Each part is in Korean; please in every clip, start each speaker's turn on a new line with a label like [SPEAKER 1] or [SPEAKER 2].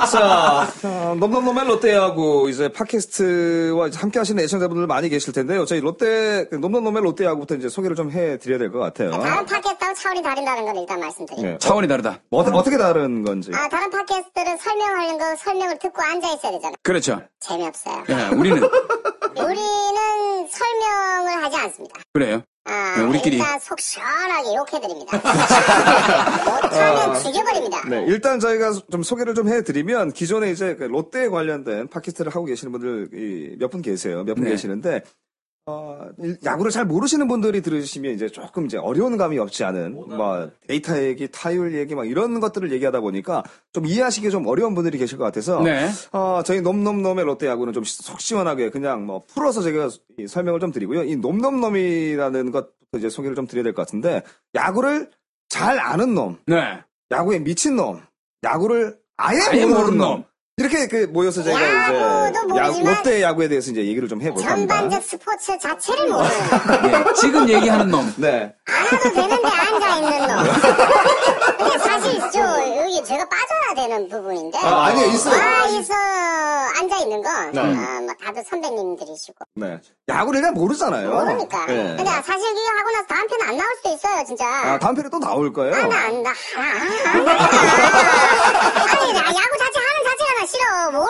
[SPEAKER 1] 아,
[SPEAKER 2] 자, 자, 넘넘넘의 롯데하고 이제 팟캐스트와 이제 함께 하시는 애청자분들 많이 계실 텐데요. 저희 롯데, 그 넘넘넘의 롯데하고부터 이제 소개를 좀 해드려야 될 것 같아요.
[SPEAKER 1] 다른 팟캐스트하고 차원이 다른다는 건 일단 말씀드릴게요.
[SPEAKER 2] 네.
[SPEAKER 3] 차원이 다르다.
[SPEAKER 2] 뭐 어떠- 어떻게 다른 건지.
[SPEAKER 1] 아, 다른 팟캐스트들은 설명하는 거 설명을 듣고 앉아있어야 되잖아요.
[SPEAKER 3] 그렇죠.
[SPEAKER 1] 재미없어요.
[SPEAKER 3] 예, 우리는
[SPEAKER 1] 우리는 설명을 하지 않습니다.
[SPEAKER 3] 그래요.
[SPEAKER 1] 아,
[SPEAKER 3] 네, 우리끼리.
[SPEAKER 1] 일단 속 시원하게 욕해드립니다.
[SPEAKER 3] 아,
[SPEAKER 1] 못하면 죽여버립니다.
[SPEAKER 3] 어.
[SPEAKER 2] 네, 일단 저희가 좀 소개를 좀 해드리면 기존에 이제 그 롯데에 관련된 팟캐스트를 하고 계시는 분들 몇 분 계세요. 몇 분
[SPEAKER 3] 네.
[SPEAKER 2] 계시는데 어, 일- 야구를 잘 모르시는 분들이 들으시면 이제 조금 이제 어려운 감이 없지 않은 막 데이터 얘기, 타율 얘기 막 이런 것들을 얘기하다 보니까 좀 이해하시기 좀 어려운 분들이 계실 것 같아서
[SPEAKER 3] 네.
[SPEAKER 2] 어, 저희 놈놈놈의 롯데 야구는 좀 속 시원하게 그냥 뭐 풀어서 제가 이 설명을 좀 드리고요. 이 놈놈놈이라는 것부터 이제 소개를 좀 드려야 될 것 같은데 야구를 잘 아는 놈
[SPEAKER 3] 네.
[SPEAKER 2] 야구에 미친 놈, 야구를 아예,
[SPEAKER 3] 아예
[SPEAKER 2] 모르는,
[SPEAKER 3] 모르는
[SPEAKER 2] 놈.
[SPEAKER 3] 놈.
[SPEAKER 2] 이렇게 그 모여서 제가 이제
[SPEAKER 1] 야구도
[SPEAKER 2] 야-
[SPEAKER 1] 모르지만
[SPEAKER 2] 롯데 야구에 대해서 이제 얘기를 좀 해볼까 합니다.
[SPEAKER 1] 전반적 스포츠 자체를 모르는
[SPEAKER 3] 예, 지금 얘기하는 놈.
[SPEAKER 2] 네.
[SPEAKER 1] 안 해도 되는데 앉아있는 놈. 근데 사실 저 여기 제가 빠져야 되는 부분인데
[SPEAKER 2] 아, 아니요, 있어요.
[SPEAKER 1] 바에서 앉아있는 건 아, 뭐 다들 선배님들이시고
[SPEAKER 2] 네. 야구를 일단 모르잖아요.
[SPEAKER 1] 모르니까
[SPEAKER 2] 네.
[SPEAKER 1] 근데 사실 이거 하고 나서 다음 편안 나올 수도 있어요 진짜
[SPEAKER 2] 아, 다음 편에 또 나올 거예요. 어,
[SPEAKER 1] 하나 안다. 아니, 나 야구 자체 하는 자체가 나 싫어. 모르,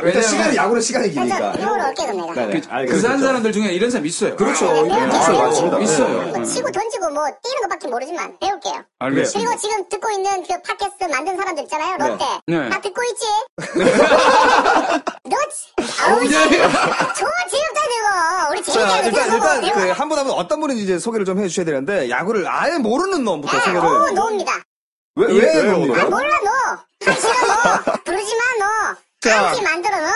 [SPEAKER 2] 그러니까
[SPEAKER 3] 왜냐면-
[SPEAKER 2] 시간이 야구는 시간이 기니까.
[SPEAKER 1] 그래서 배우러 올게, 그럼 내가.
[SPEAKER 2] 네, 네.
[SPEAKER 3] 그, 그
[SPEAKER 2] 알겠습니다.
[SPEAKER 3] 사는 사람들 중에 이런 사람 있어요.
[SPEAKER 2] 그렇죠. 네,
[SPEAKER 1] 네, 배울 게
[SPEAKER 2] 아,
[SPEAKER 1] 있어요.
[SPEAKER 2] 맞습니다.
[SPEAKER 3] 있어요. 네.
[SPEAKER 1] 뭐 치고
[SPEAKER 2] 음.
[SPEAKER 1] 던지고 뭐 뛰는 것밖에 모르지만 배울게요.
[SPEAKER 3] 알겠습니다.
[SPEAKER 1] 그리고 지금 듣고 있는 그 팟캐스트 만든 사람들 있잖아요, 롯데.
[SPEAKER 3] 네.
[SPEAKER 1] 나 듣고 있지? 너, 지-
[SPEAKER 2] 네,
[SPEAKER 1] 아우, 씨.
[SPEAKER 3] 네.
[SPEAKER 1] 좋은 지역도 들고, 우리
[SPEAKER 2] 자,
[SPEAKER 1] 재밌게
[SPEAKER 2] 일단,
[SPEAKER 1] 들고,
[SPEAKER 2] 일단,
[SPEAKER 1] 배우고.
[SPEAKER 2] 그, 한 분 한 분 어떤 분인지 이제 소개를 좀 해주셔야 되는데, 야구를 아예 모르는 놈부터
[SPEAKER 1] 아,
[SPEAKER 2] 소개를.
[SPEAKER 1] 오, 노입니다.
[SPEAKER 2] 왜,
[SPEAKER 3] 예,
[SPEAKER 2] 왜,
[SPEAKER 3] 왜
[SPEAKER 2] 놈이에요?
[SPEAKER 1] 아, 몰라, 노. 아, 싫어, 노. 부르지 마, 노.
[SPEAKER 2] 자.
[SPEAKER 1] 안티 만들어, 노.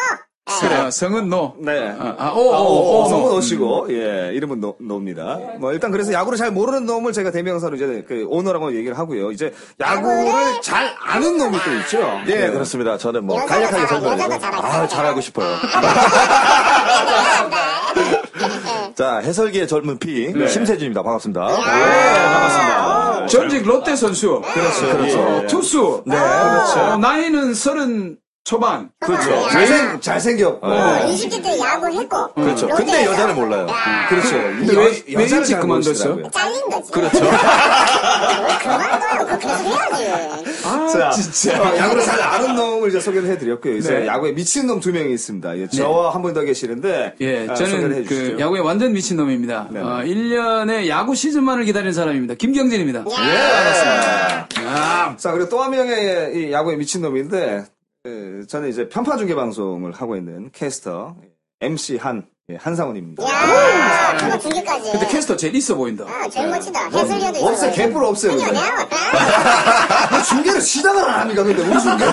[SPEAKER 1] 예.
[SPEAKER 3] 아, 성은 노.
[SPEAKER 2] 네.
[SPEAKER 3] 아, 아, 오, 오,
[SPEAKER 4] 어,
[SPEAKER 3] 오, 오,
[SPEAKER 2] 성은
[SPEAKER 3] 오.
[SPEAKER 2] 오시고, 예, 이름은 노, 노입니다. 뭐, 일단 그래서 야구를 잘 모르는 놈을 제가 대명사로 이제 그 오너라고 얘기를 하고요. 이제 야구를
[SPEAKER 1] 야구를
[SPEAKER 2] 잘 아는 놈이 또 있죠.
[SPEAKER 4] 예, 그렇습니다. 저는 뭐
[SPEAKER 1] 여자도
[SPEAKER 4] 간략하게
[SPEAKER 1] 잘하-
[SPEAKER 4] 설명해서
[SPEAKER 1] 여자도 잘하죠.
[SPEAKER 4] 아, 잘하고 싶어요.
[SPEAKER 1] 네,
[SPEAKER 4] 자, 해설계의 젊은 피
[SPEAKER 2] 네.
[SPEAKER 4] 심세준입니다.
[SPEAKER 1] 아.
[SPEAKER 4] 반갑습니다.
[SPEAKER 2] 아,
[SPEAKER 3] 전직 롯데 선수.
[SPEAKER 4] 그렇죠. 그렇죠.
[SPEAKER 2] 예.
[SPEAKER 3] 어, 투수. 네,
[SPEAKER 2] 아.
[SPEAKER 3] 그렇죠. 나이는 서른 초반.
[SPEAKER 1] 그렇죠.
[SPEAKER 2] 잘생, 잘생겼고.
[SPEAKER 4] 네.
[SPEAKER 1] 20대 어, 때 야구했고. 아.
[SPEAKER 4] 그렇죠.
[SPEAKER 1] 롯데에서
[SPEAKER 4] 근데 여자를 몰라요. 음.
[SPEAKER 1] 야,
[SPEAKER 2] 그렇죠.
[SPEAKER 3] 근데 왜- 왜 일찍 그만뒀어요?
[SPEAKER 1] 잘린 거지. 그렇죠. 그만둬요. 그거 계속 해야지.
[SPEAKER 3] 아,
[SPEAKER 2] 자,
[SPEAKER 3] 진짜.
[SPEAKER 2] 어, 야구를 잘 아는 놈을 이제 소개를 해드렸고요. 이제
[SPEAKER 3] 네.
[SPEAKER 2] 야구에 미친 놈 두 명이 있습니다. 예, 저와 한 분 더 계시는데.
[SPEAKER 3] 예,
[SPEAKER 2] 아, 소개를
[SPEAKER 3] 저는
[SPEAKER 2] 해주시죠.
[SPEAKER 3] 그 야구에 완전 미친놈입니다.
[SPEAKER 2] 네.
[SPEAKER 3] 어, 1년에 야구 시즌만을 기다리는 사람입니다. 김경진입니다. 아,
[SPEAKER 2] 자, 그리고 또 한 명의 이 야구의 미친놈인데, 예, 저는 이제 편파 중계 방송을 하고 있는 캐스터, MC 한, 예, 한상훈입니다.
[SPEAKER 1] 야, 그거 두 개까지.
[SPEAKER 3] 근데 캐스터 제일 있어 보인다.
[SPEAKER 1] 아, 제일 멋지다. 해설료도 있어.
[SPEAKER 2] 없어요, 개뿔 없어요.
[SPEAKER 1] 아니요,
[SPEAKER 2] 근데.
[SPEAKER 1] 내가 봤다.
[SPEAKER 2] 아, 중계를 시작을 안 합니까, 근데 우리 중계는.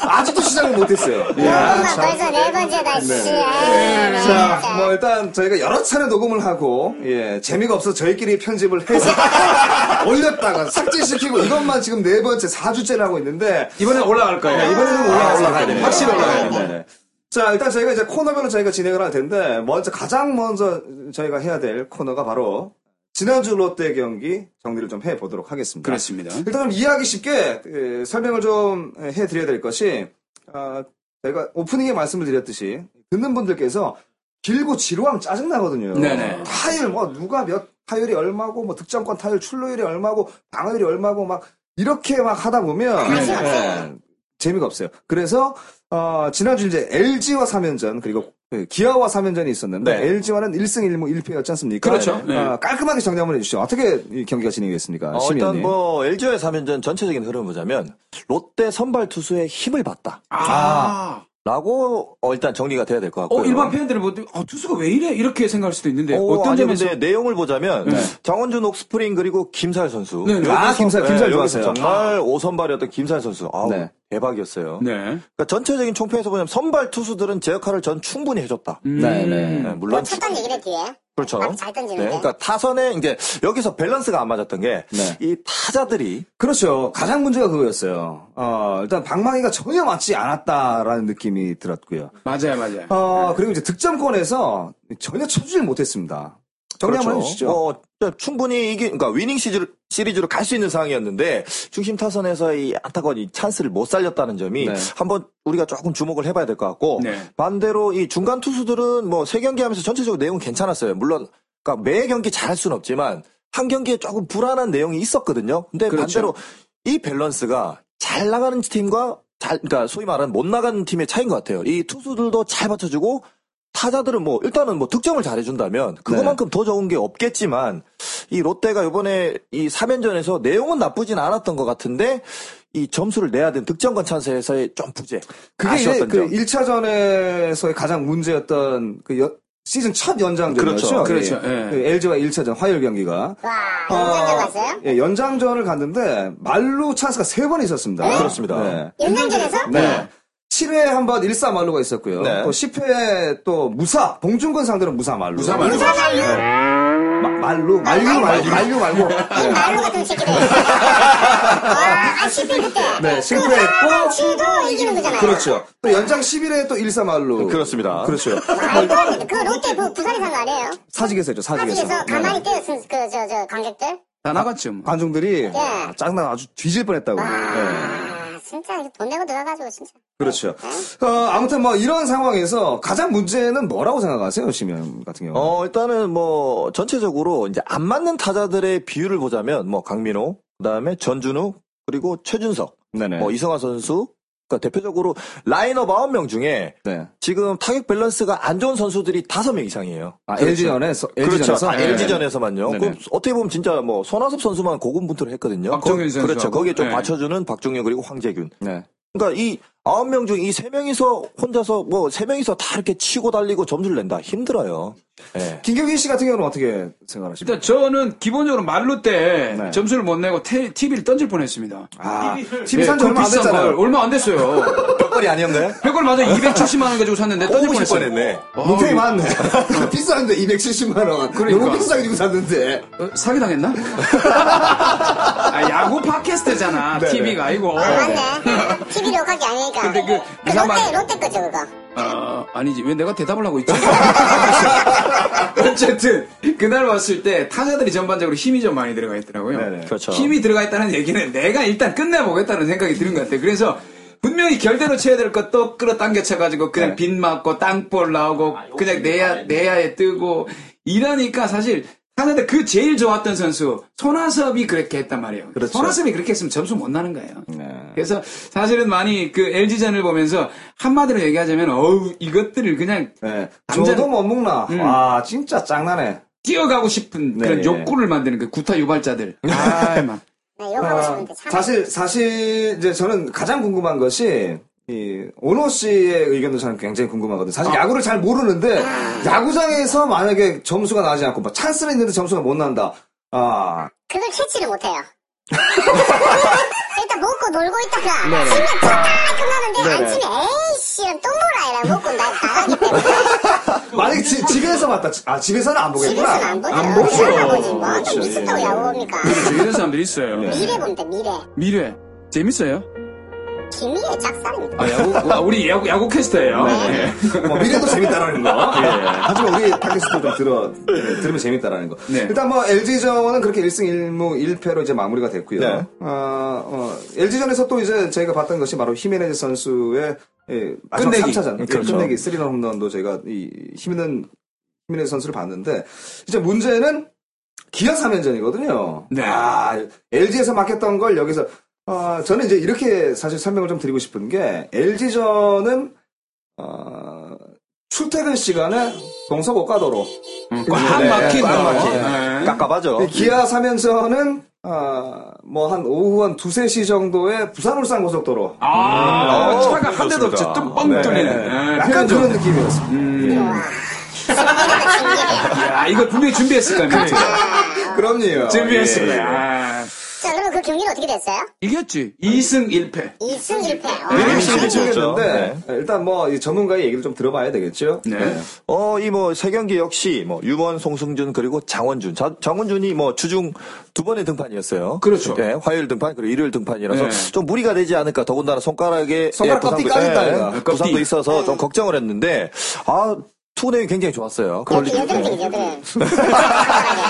[SPEAKER 2] 아직도 시작을 못했어요.
[SPEAKER 1] 엄마 벌써 네 번째다, 씨. 아유, 네, 나
[SPEAKER 2] 네. 자,
[SPEAKER 1] 진짜.
[SPEAKER 2] 뭐 일단 저희가 여러 차례 녹음을 하고, 예, 재미가 없어 서 저희끼리 편집을 해서 올렸다가 삭제시키고 이것만 지금 네 번째, 사주째를 하고 있는데,
[SPEAKER 3] 이번에 올라갈 거예요.
[SPEAKER 2] 네, 이번에는 올라가, 올라가야 됩니다.
[SPEAKER 3] 확실히 올라가야 됩니다.
[SPEAKER 2] 네, 네. 자, 일단 저희가 이제 코너별로 저희가 진행을 할 텐데, 먼저 가장 먼저 저희가 해야 될 코너가 바로 지난주 롯데 경기 정리를 좀 해보도록 하겠습니다.
[SPEAKER 3] 그렇습니다.
[SPEAKER 2] 일단 좀 이해하기 쉽게 에, 설명을 좀 에, 해드려야 될 것이, 아, 저희가 오프닝에 말씀을 드렸듯이, 듣는 분들께서 길고 지루하면 짜증나거든요.
[SPEAKER 3] 네네.
[SPEAKER 2] 타율, 뭐, 누가 몇, 타율이 얼마고, 뭐, 득점권 타율, 출루율이 얼마고, 방어율이 얼마고, 막, 이렇게 막 하다 보면,
[SPEAKER 3] 그렇죠.
[SPEAKER 1] 관심 없어요.
[SPEAKER 2] 예, 재미가 없어요. 그래서 어, 지난주 이제 LG와 3연전 그리고 그 기아와 3연전이 있었는데
[SPEAKER 4] 네.
[SPEAKER 2] LG와는 1승 1무 1패였지 않습니까?
[SPEAKER 3] 그렇죠. 네.
[SPEAKER 2] 어, 깔끔하게 정리 한번 해주시죠. 어떻게 이 경기가 진행됐습니까?
[SPEAKER 4] 어,
[SPEAKER 2] 심의원님.
[SPEAKER 4] 일단 뭐 LG와의 3연전 전체적인 흐름을 보자면 롯데 선발 투수의 힘을 봤다.
[SPEAKER 3] 아.
[SPEAKER 4] 라고 어, 일단 정리가 돼야 될 것 같고요.
[SPEAKER 3] 어, 일반 팬들은 뭐, 어, 투수가 왜 이래? 이렇게 생각할 수도 있는데,
[SPEAKER 4] 어,
[SPEAKER 3] 어떤
[SPEAKER 4] 아니,
[SPEAKER 3] 점에서.
[SPEAKER 4] 근데 내용을 보자면 장원준 옥스프링 그리고 김살 선수.
[SPEAKER 3] 네, 네.
[SPEAKER 4] 여기서-
[SPEAKER 2] 아, 네. 김살, 김살
[SPEAKER 4] 네,
[SPEAKER 2] 좋았어요.
[SPEAKER 4] 여기서 정말 오선발이었던 김살 선수. 아우
[SPEAKER 2] 네.
[SPEAKER 4] 대박이었어요.
[SPEAKER 3] 네.
[SPEAKER 4] 그러니까 전체적인 총평에서 보면 선발 투수들은 제 역할을 전 충분히 해줬다.
[SPEAKER 3] 음.
[SPEAKER 2] 네, 네.
[SPEAKER 4] 네, 물론
[SPEAKER 1] 뭐 쳤던 얘기네, 뒤에.
[SPEAKER 4] 그렇죠.
[SPEAKER 1] 막잘 던지는데.
[SPEAKER 4] 네, 그러니까 타선에 이제 여기서 밸런스가 안 맞았던 게 이
[SPEAKER 2] 네.
[SPEAKER 4] 타자들이
[SPEAKER 2] 그렇죠. 가장 문제가 그거였어요. 어, 일단 방망이가 전혀 맞지 않았다라는 느낌이 들었고요.
[SPEAKER 3] 맞아요, 맞아요.
[SPEAKER 4] 네.
[SPEAKER 2] 어, 그리고 이제 득점권에서 전혀 쳐주질 못했습니다. 정리 한번 해주시죠.
[SPEAKER 4] 어, 충분히 이기, 그러니까 위닝 시리즈로, 시리즈로 갈 수 있는 상황이었는데 중심 타선에서 이 안타까운 이 찬스를 못 살렸다는 점이
[SPEAKER 2] 네.
[SPEAKER 4] 한번 우리가 조금 주목을 해봐야 될 것 같고
[SPEAKER 3] 네.
[SPEAKER 4] 반대로 이 중간 투수들은 뭐 세 경기 하면서 전체적으로 내용은 괜찮았어요. 물론 그러니까 매 경기 잘할 수는 없지만 한 경기에 조금 불안한 내용이 있었거든요. 근데
[SPEAKER 3] 그렇죠.
[SPEAKER 4] 반대로 이 밸런스가 잘 나가는 팀과 잘, 그러니까 소위 말하는 못 나가는 팀의 차이인 것 같아요. 이 투수들도 잘 받쳐주고 타자들은 뭐 일단은 뭐 득점을 잘해준다면 그거만큼
[SPEAKER 2] 네.
[SPEAKER 4] 더 좋은 게 없겠지만 이 롯데가 이번에 이 3연전에서 내용은 나쁘진 않았던 것 같은데 이 점수를 내야 된 득점권 찬스에서의 좀 부재.
[SPEAKER 2] 그게 이제
[SPEAKER 4] 아쉬웠던
[SPEAKER 2] 그
[SPEAKER 4] 점.
[SPEAKER 2] 1차전에서의 가장 문제였던 그 여- 시즌 첫 연장전이었죠.
[SPEAKER 3] 그렇죠. 그렇죠. 예.
[SPEAKER 2] LG와 1차전 화요일 경기가
[SPEAKER 1] 와, 연장전 갔어요?
[SPEAKER 2] 예, 연장전을 갔는데 말로 찬스가 세 번 있었습니다.
[SPEAKER 4] 그렇습니다.
[SPEAKER 2] 네.
[SPEAKER 1] 연장전에서?
[SPEAKER 2] 네. 7회에 한 번 일사 말로가 있었고요.
[SPEAKER 4] 네.
[SPEAKER 2] 또 10회에 또 무사 봉준근 상대로 무사 말로.
[SPEAKER 3] 무사 말로.
[SPEAKER 1] 무사 말로?
[SPEAKER 2] 네. 마- 말로 말류 말고 말류 말고.
[SPEAKER 1] 이 말로 같은 새끼들. 와, 아, 10회 그때.
[SPEAKER 2] 네,
[SPEAKER 1] 그
[SPEAKER 2] 실패했고
[SPEAKER 1] 7도 이기는 거잖아요.
[SPEAKER 2] 그렇죠. 또 연장 11회에 또 일사 말로.
[SPEAKER 4] 그렇습니다.
[SPEAKER 2] 그렇죠.
[SPEAKER 1] 말도 안 돼. 그 롯데 부, 부산에서 한 거 아니에요?
[SPEAKER 2] 사직에서 했죠. 사직에서.
[SPEAKER 1] 사직에서
[SPEAKER 2] 네.
[SPEAKER 1] 가만히 때렸어, 그, 저, 저, 관객들.
[SPEAKER 3] 다 나갔죠. 뭐.
[SPEAKER 2] 관중들이
[SPEAKER 1] 예.
[SPEAKER 2] 짜증나 아주 뒤질 뻔했다고. 예.
[SPEAKER 1] 아, 진짜 이거 돈 내고 들어가가지고, 진짜.
[SPEAKER 2] 그렇죠. 어, 아무튼 뭐 이런 상황에서 가장 문제는 뭐라고 생각하세요, 시면 같은 경우?
[SPEAKER 4] 어, 일단은 뭐, 전체적으로 이제 안 맞는 타자들의 비율을 보자면, 뭐, 강민호, 그 다음에 전준우, 그리고 최준석,
[SPEAKER 2] 네네.
[SPEAKER 4] 뭐, 이성화 선수, 그러니까 대표적으로 라인업 9명 중에
[SPEAKER 2] 네.
[SPEAKER 4] 지금 타격 밸런스가 안 좋은 선수들이 5명 이상이에요.
[SPEAKER 2] 아, LG전에서
[SPEAKER 4] 그렇죠.
[SPEAKER 2] LG전에서
[SPEAKER 4] 아, LG전에서만요.
[SPEAKER 2] 네네.
[SPEAKER 4] 그럼 어떻게 보면 진짜 뭐, 손아섭 선수만 고군분투를 했거든요.
[SPEAKER 3] 박종현
[SPEAKER 4] 거- 그렇죠.
[SPEAKER 3] 선수하고.
[SPEAKER 4] 거기에 좀
[SPEAKER 3] 네.
[SPEAKER 4] 받쳐주는 박종현 그리고 황재균.
[SPEAKER 2] 네.
[SPEAKER 4] 그러니까 이 9명 중 이 3명이서 혼자서 뭐, 3명이서 다 이렇게 치고 달리고 점수를 낸다. 힘들어요.
[SPEAKER 3] 네.
[SPEAKER 4] 예.
[SPEAKER 2] 김경희 씨 같은 경우는 어떻게 생각하십니까?
[SPEAKER 3] 일단 저는 기본적으로 말로 때
[SPEAKER 2] 네.
[SPEAKER 3] 점수를 못 내고 테, TV를 던질 뻔했습니다.
[SPEAKER 2] 아,
[SPEAKER 3] 예,
[SPEAKER 2] 팀 산지
[SPEAKER 3] 그
[SPEAKER 2] 얼마 안
[SPEAKER 3] 비싼 걸.
[SPEAKER 2] 됐잖아요.
[SPEAKER 3] 얼마 안 됐어요.
[SPEAKER 4] 벽걸이 아니었나요?
[SPEAKER 3] 100걸 맞아 270만 원 가지고 샀는데 네. 던질 뻔했어요.
[SPEAKER 4] 던지고 뻔했네.
[SPEAKER 2] 문평이 많네. 그 비싼데 270만 원.
[SPEAKER 3] 그러니까.
[SPEAKER 2] 너무 비싸게 주고 샀는데.
[SPEAKER 3] 어, 사기당했나? 아, 야구 팟캐스트잖아. TV가 아니고.
[SPEAKER 1] 아, 맞네. TV 녹화기 아니니까.
[SPEAKER 3] 근데 그
[SPEAKER 1] 그
[SPEAKER 3] 이상한
[SPEAKER 1] 롯데, 롯데 거죠, 그거.
[SPEAKER 3] 아, 아니지. 왜 내가 대답을 하고 있지? 어쨌든, 그날 왔을 때 타자들이 전반적으로 힘이 좀 많이 들어가 있더라고요.
[SPEAKER 2] 네네.
[SPEAKER 4] 그렇죠.
[SPEAKER 3] 힘이 들어가 있다는 얘기는 내가 일단 끝내보겠다는 생각이 드는 것 같아요. 그래서 분명히 결대로 쳐야 될 것도 끌어당겨쳐가지고
[SPEAKER 2] 네.
[SPEAKER 3] 그냥 빗 맞고 땅볼 나오고 그냥 내야, 내야에 뜨고 이러니까 사실 타자들 그 제일 좋았던 선수 손아섭이 그렇게 했단 말이에요.
[SPEAKER 2] 그렇죠.
[SPEAKER 3] 손아섭이 그렇게 했으면 점수 못 나는 거예요.
[SPEAKER 2] 네.
[SPEAKER 3] 그래서 사실은 많이 그 LG전을 보면서 한마디로 얘기하자면 어우 이것들을 그냥
[SPEAKER 2] 네.
[SPEAKER 3] 남자는-
[SPEAKER 2] 저도 못 먹나.
[SPEAKER 3] 음.
[SPEAKER 2] 와, 진짜 짱나네.
[SPEAKER 3] 뛰어가고 싶은
[SPEAKER 2] 네,
[SPEAKER 3] 그런
[SPEAKER 2] 예.
[SPEAKER 3] 욕구를 만드는 그 구타 유발자들. 아, 막.
[SPEAKER 1] 네, 욕하고 싶은데, 참.
[SPEAKER 2] 사실, 사실, 이제 저는 가장 궁금한 것이, 이, 오노 씨의 의견도 저는 굉장히 궁금하거든요. 사실
[SPEAKER 3] 아.
[SPEAKER 2] 야구를 잘 모르는데, 야구장에서 만약에 점수가 나지 않고, 막 찬스는 있는데 점수가 못 난다. 아,
[SPEAKER 1] 그걸 캐치를 못해요. 일단 먹고 놀고 있다가 치면 탁탁 끝나는데 안
[SPEAKER 2] 네네.
[SPEAKER 1] 치면 에이씨 이런 똥보라 이라 먹고 나, 나가기 때문에
[SPEAKER 2] 만약에 지- 집에서 봤다. 아, 집에서는 안 보겠구나. 아,
[SPEAKER 1] 집에서는 안 보죠.
[SPEAKER 3] 안 보죠.
[SPEAKER 1] 그러나 보지 뭐.
[SPEAKER 2] 그렇죠.
[SPEAKER 1] 좀 미쳤다고
[SPEAKER 2] 예, 예.
[SPEAKER 1] 야구 봅니까?
[SPEAKER 3] 그렇죠. 이런 사람들이 있어요.
[SPEAKER 1] 미래 봅니다 미래.
[SPEAKER 3] 미래. 재밌어요?
[SPEAKER 1] 김미래 짝사랑입니다.
[SPEAKER 3] 아, 야구, 아, 우리 야구, 야구 캐스터예요. 네.
[SPEAKER 2] 뭐 미래도 재밌다라는 거. 하지만 우리 팟캐스트도 좀 들어, 네, 들으면 재밌다라는 거.
[SPEAKER 3] 네.
[SPEAKER 2] 일단 뭐 LG전은 그렇게 1승 1무 1패로 이제 마무리가 됐고요.
[SPEAKER 4] 네.
[SPEAKER 2] 어, 어, LG전에서 또 이제 저희가 봤던 것이 바로 히메네즈 선수의 예, 마지막
[SPEAKER 3] 끝내기.
[SPEAKER 2] 3차전.
[SPEAKER 4] 그렇죠.
[SPEAKER 2] 끝내기 3런 홈런도 저희가 이 힘있는 히메네즈 선수를 봤는데 이제 문제는 기아 3연전이거든요.
[SPEAKER 3] 네.
[SPEAKER 2] 아, LG에서 맡겼던 걸 여기서 어, 저는 이제 이렇게 사실 설명을 좀 드리고 싶은 게 LG전은 어, 출퇴근 시간에 동서고 과도로
[SPEAKER 3] 꽉
[SPEAKER 2] 네,
[SPEAKER 3] 막힌
[SPEAKER 2] 꽉
[SPEAKER 3] 거.
[SPEAKER 2] 막힌.
[SPEAKER 3] 네.
[SPEAKER 4] 깝깝하죠.
[SPEAKER 2] 기아 3연전은 뭐 한 오후 한 두세 시 정도에 부산 울산 고속도로 어,
[SPEAKER 3] 아,
[SPEAKER 4] 음.
[SPEAKER 3] 차가 한 대도 없죠.
[SPEAKER 4] 좋습니다.
[SPEAKER 3] 좀뻥
[SPEAKER 2] 네.
[SPEAKER 3] 뚫리는. 네, 음.
[SPEAKER 2] 약간
[SPEAKER 3] 표현 좀.
[SPEAKER 2] 그런 느낌이었습니다.
[SPEAKER 3] 야, 아, 이거 분명히 준비했을 거야, 미래.
[SPEAKER 2] 그럼요.
[SPEAKER 3] 준비했을
[SPEAKER 2] 예, 예.
[SPEAKER 3] 거야. 아,
[SPEAKER 1] 자 그럼 그 경기는 어떻게 됐어요?
[SPEAKER 3] 이겼지. 2승 1패.
[SPEAKER 1] 2승 1패. 어?
[SPEAKER 2] 내용이
[SPEAKER 4] 네.
[SPEAKER 3] 그렇죠.
[SPEAKER 2] 충격했는데 예. 일단 뭐이 전문가의 얘기를 좀 들어봐야 되겠죠.
[SPEAKER 3] 네.
[SPEAKER 4] 어, 이 뭐, 세 경기 역시, 뭐, 유원, 송승준, 그리고 장원준. 자, 장원준이 뭐, 주중 두 번의 등판이었어요.
[SPEAKER 3] 그렇죠.
[SPEAKER 4] 네, 화요일 등판, 그리고 일요일 등판이라서
[SPEAKER 3] 네.
[SPEAKER 4] 좀 무리가 되지 않을까. 더군다나 손가락에.
[SPEAKER 2] 손가락
[SPEAKER 4] 예, 부상도-
[SPEAKER 2] 껍데기 까졌다,
[SPEAKER 4] 예,
[SPEAKER 2] 이거.
[SPEAKER 4] 부상도 있어서 좀 걱정을 했는데, 아, 투구 내용이 굉장히 좋았어요. 그렇죠.
[SPEAKER 1] 여-
[SPEAKER 4] 퀄리티.
[SPEAKER 1] 여드름 생기죠, 여드름.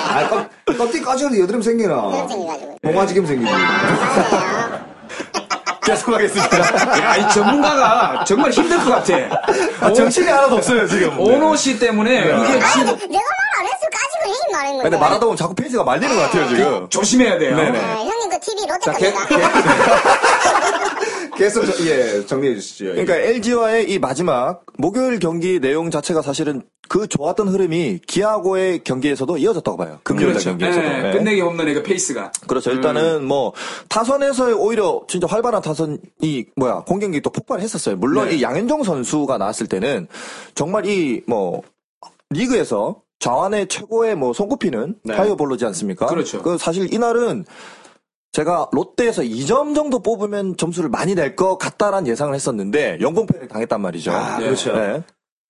[SPEAKER 2] 아, 껍, 껍질 꺼지는데 여드름 생기나.
[SPEAKER 1] 여드름 생겨가지고.
[SPEAKER 2] 봉화지김 생기지.
[SPEAKER 1] 맞아요. 네.
[SPEAKER 4] 계속하겠습니다.
[SPEAKER 3] 야, 이 전문가가 정말 힘들 것 같아.
[SPEAKER 4] 아, 정신이 하나도 없어요, 지금.
[SPEAKER 3] 오노 씨 때문에 이게
[SPEAKER 1] 아,
[SPEAKER 3] 지금
[SPEAKER 1] 근데 내가 말 안 했을 까지고 형님 말한 거예요.
[SPEAKER 4] 근데 말하다 보면 자꾸 페이지가 말리는 것 같아요,
[SPEAKER 3] 그,
[SPEAKER 4] 지금.
[SPEAKER 3] 조심해야 돼요. 네.
[SPEAKER 1] 아, 형님 그 TV 롯데
[SPEAKER 2] 자, 개,
[SPEAKER 1] 겁니다.
[SPEAKER 2] 개- 계속, 저- 예, 정리해 주시죠. 예.
[SPEAKER 4] 그러니까 LG와의 이 마지막 목요일 경기 내용 자체가 사실은 그 좋았던 흐름이 기아고의 경기에서도 이어졌다고 봐요. 금요일 날
[SPEAKER 3] 그렇죠.
[SPEAKER 4] 경기에서도.
[SPEAKER 3] 예,
[SPEAKER 4] 네.
[SPEAKER 3] 끝내기 홈런의 페이스가.
[SPEAKER 2] 음.
[SPEAKER 4] 그렇죠. 일단은 뭐 타선에서 오히려 진짜 활발한 타선이 뭐야 공격이 또 폭발했었어요. 물론
[SPEAKER 3] 네.
[SPEAKER 4] 이 양현종 선수가 나왔을 때는 정말 이 뭐 리그에서 좌완의 최고의 뭐 손꼽히는
[SPEAKER 2] 네.
[SPEAKER 4] 파이어볼로지 않습니까?
[SPEAKER 3] 그렇죠.
[SPEAKER 4] 그 사실 이날은 제가 롯데에서 2점 정도 뽑으면 점수를 많이 낼 것 같다란 예상을 했었는데 영봉패를 당했단 말이죠.
[SPEAKER 2] 아,
[SPEAKER 3] 네.
[SPEAKER 2] 그렇죠.
[SPEAKER 4] 네.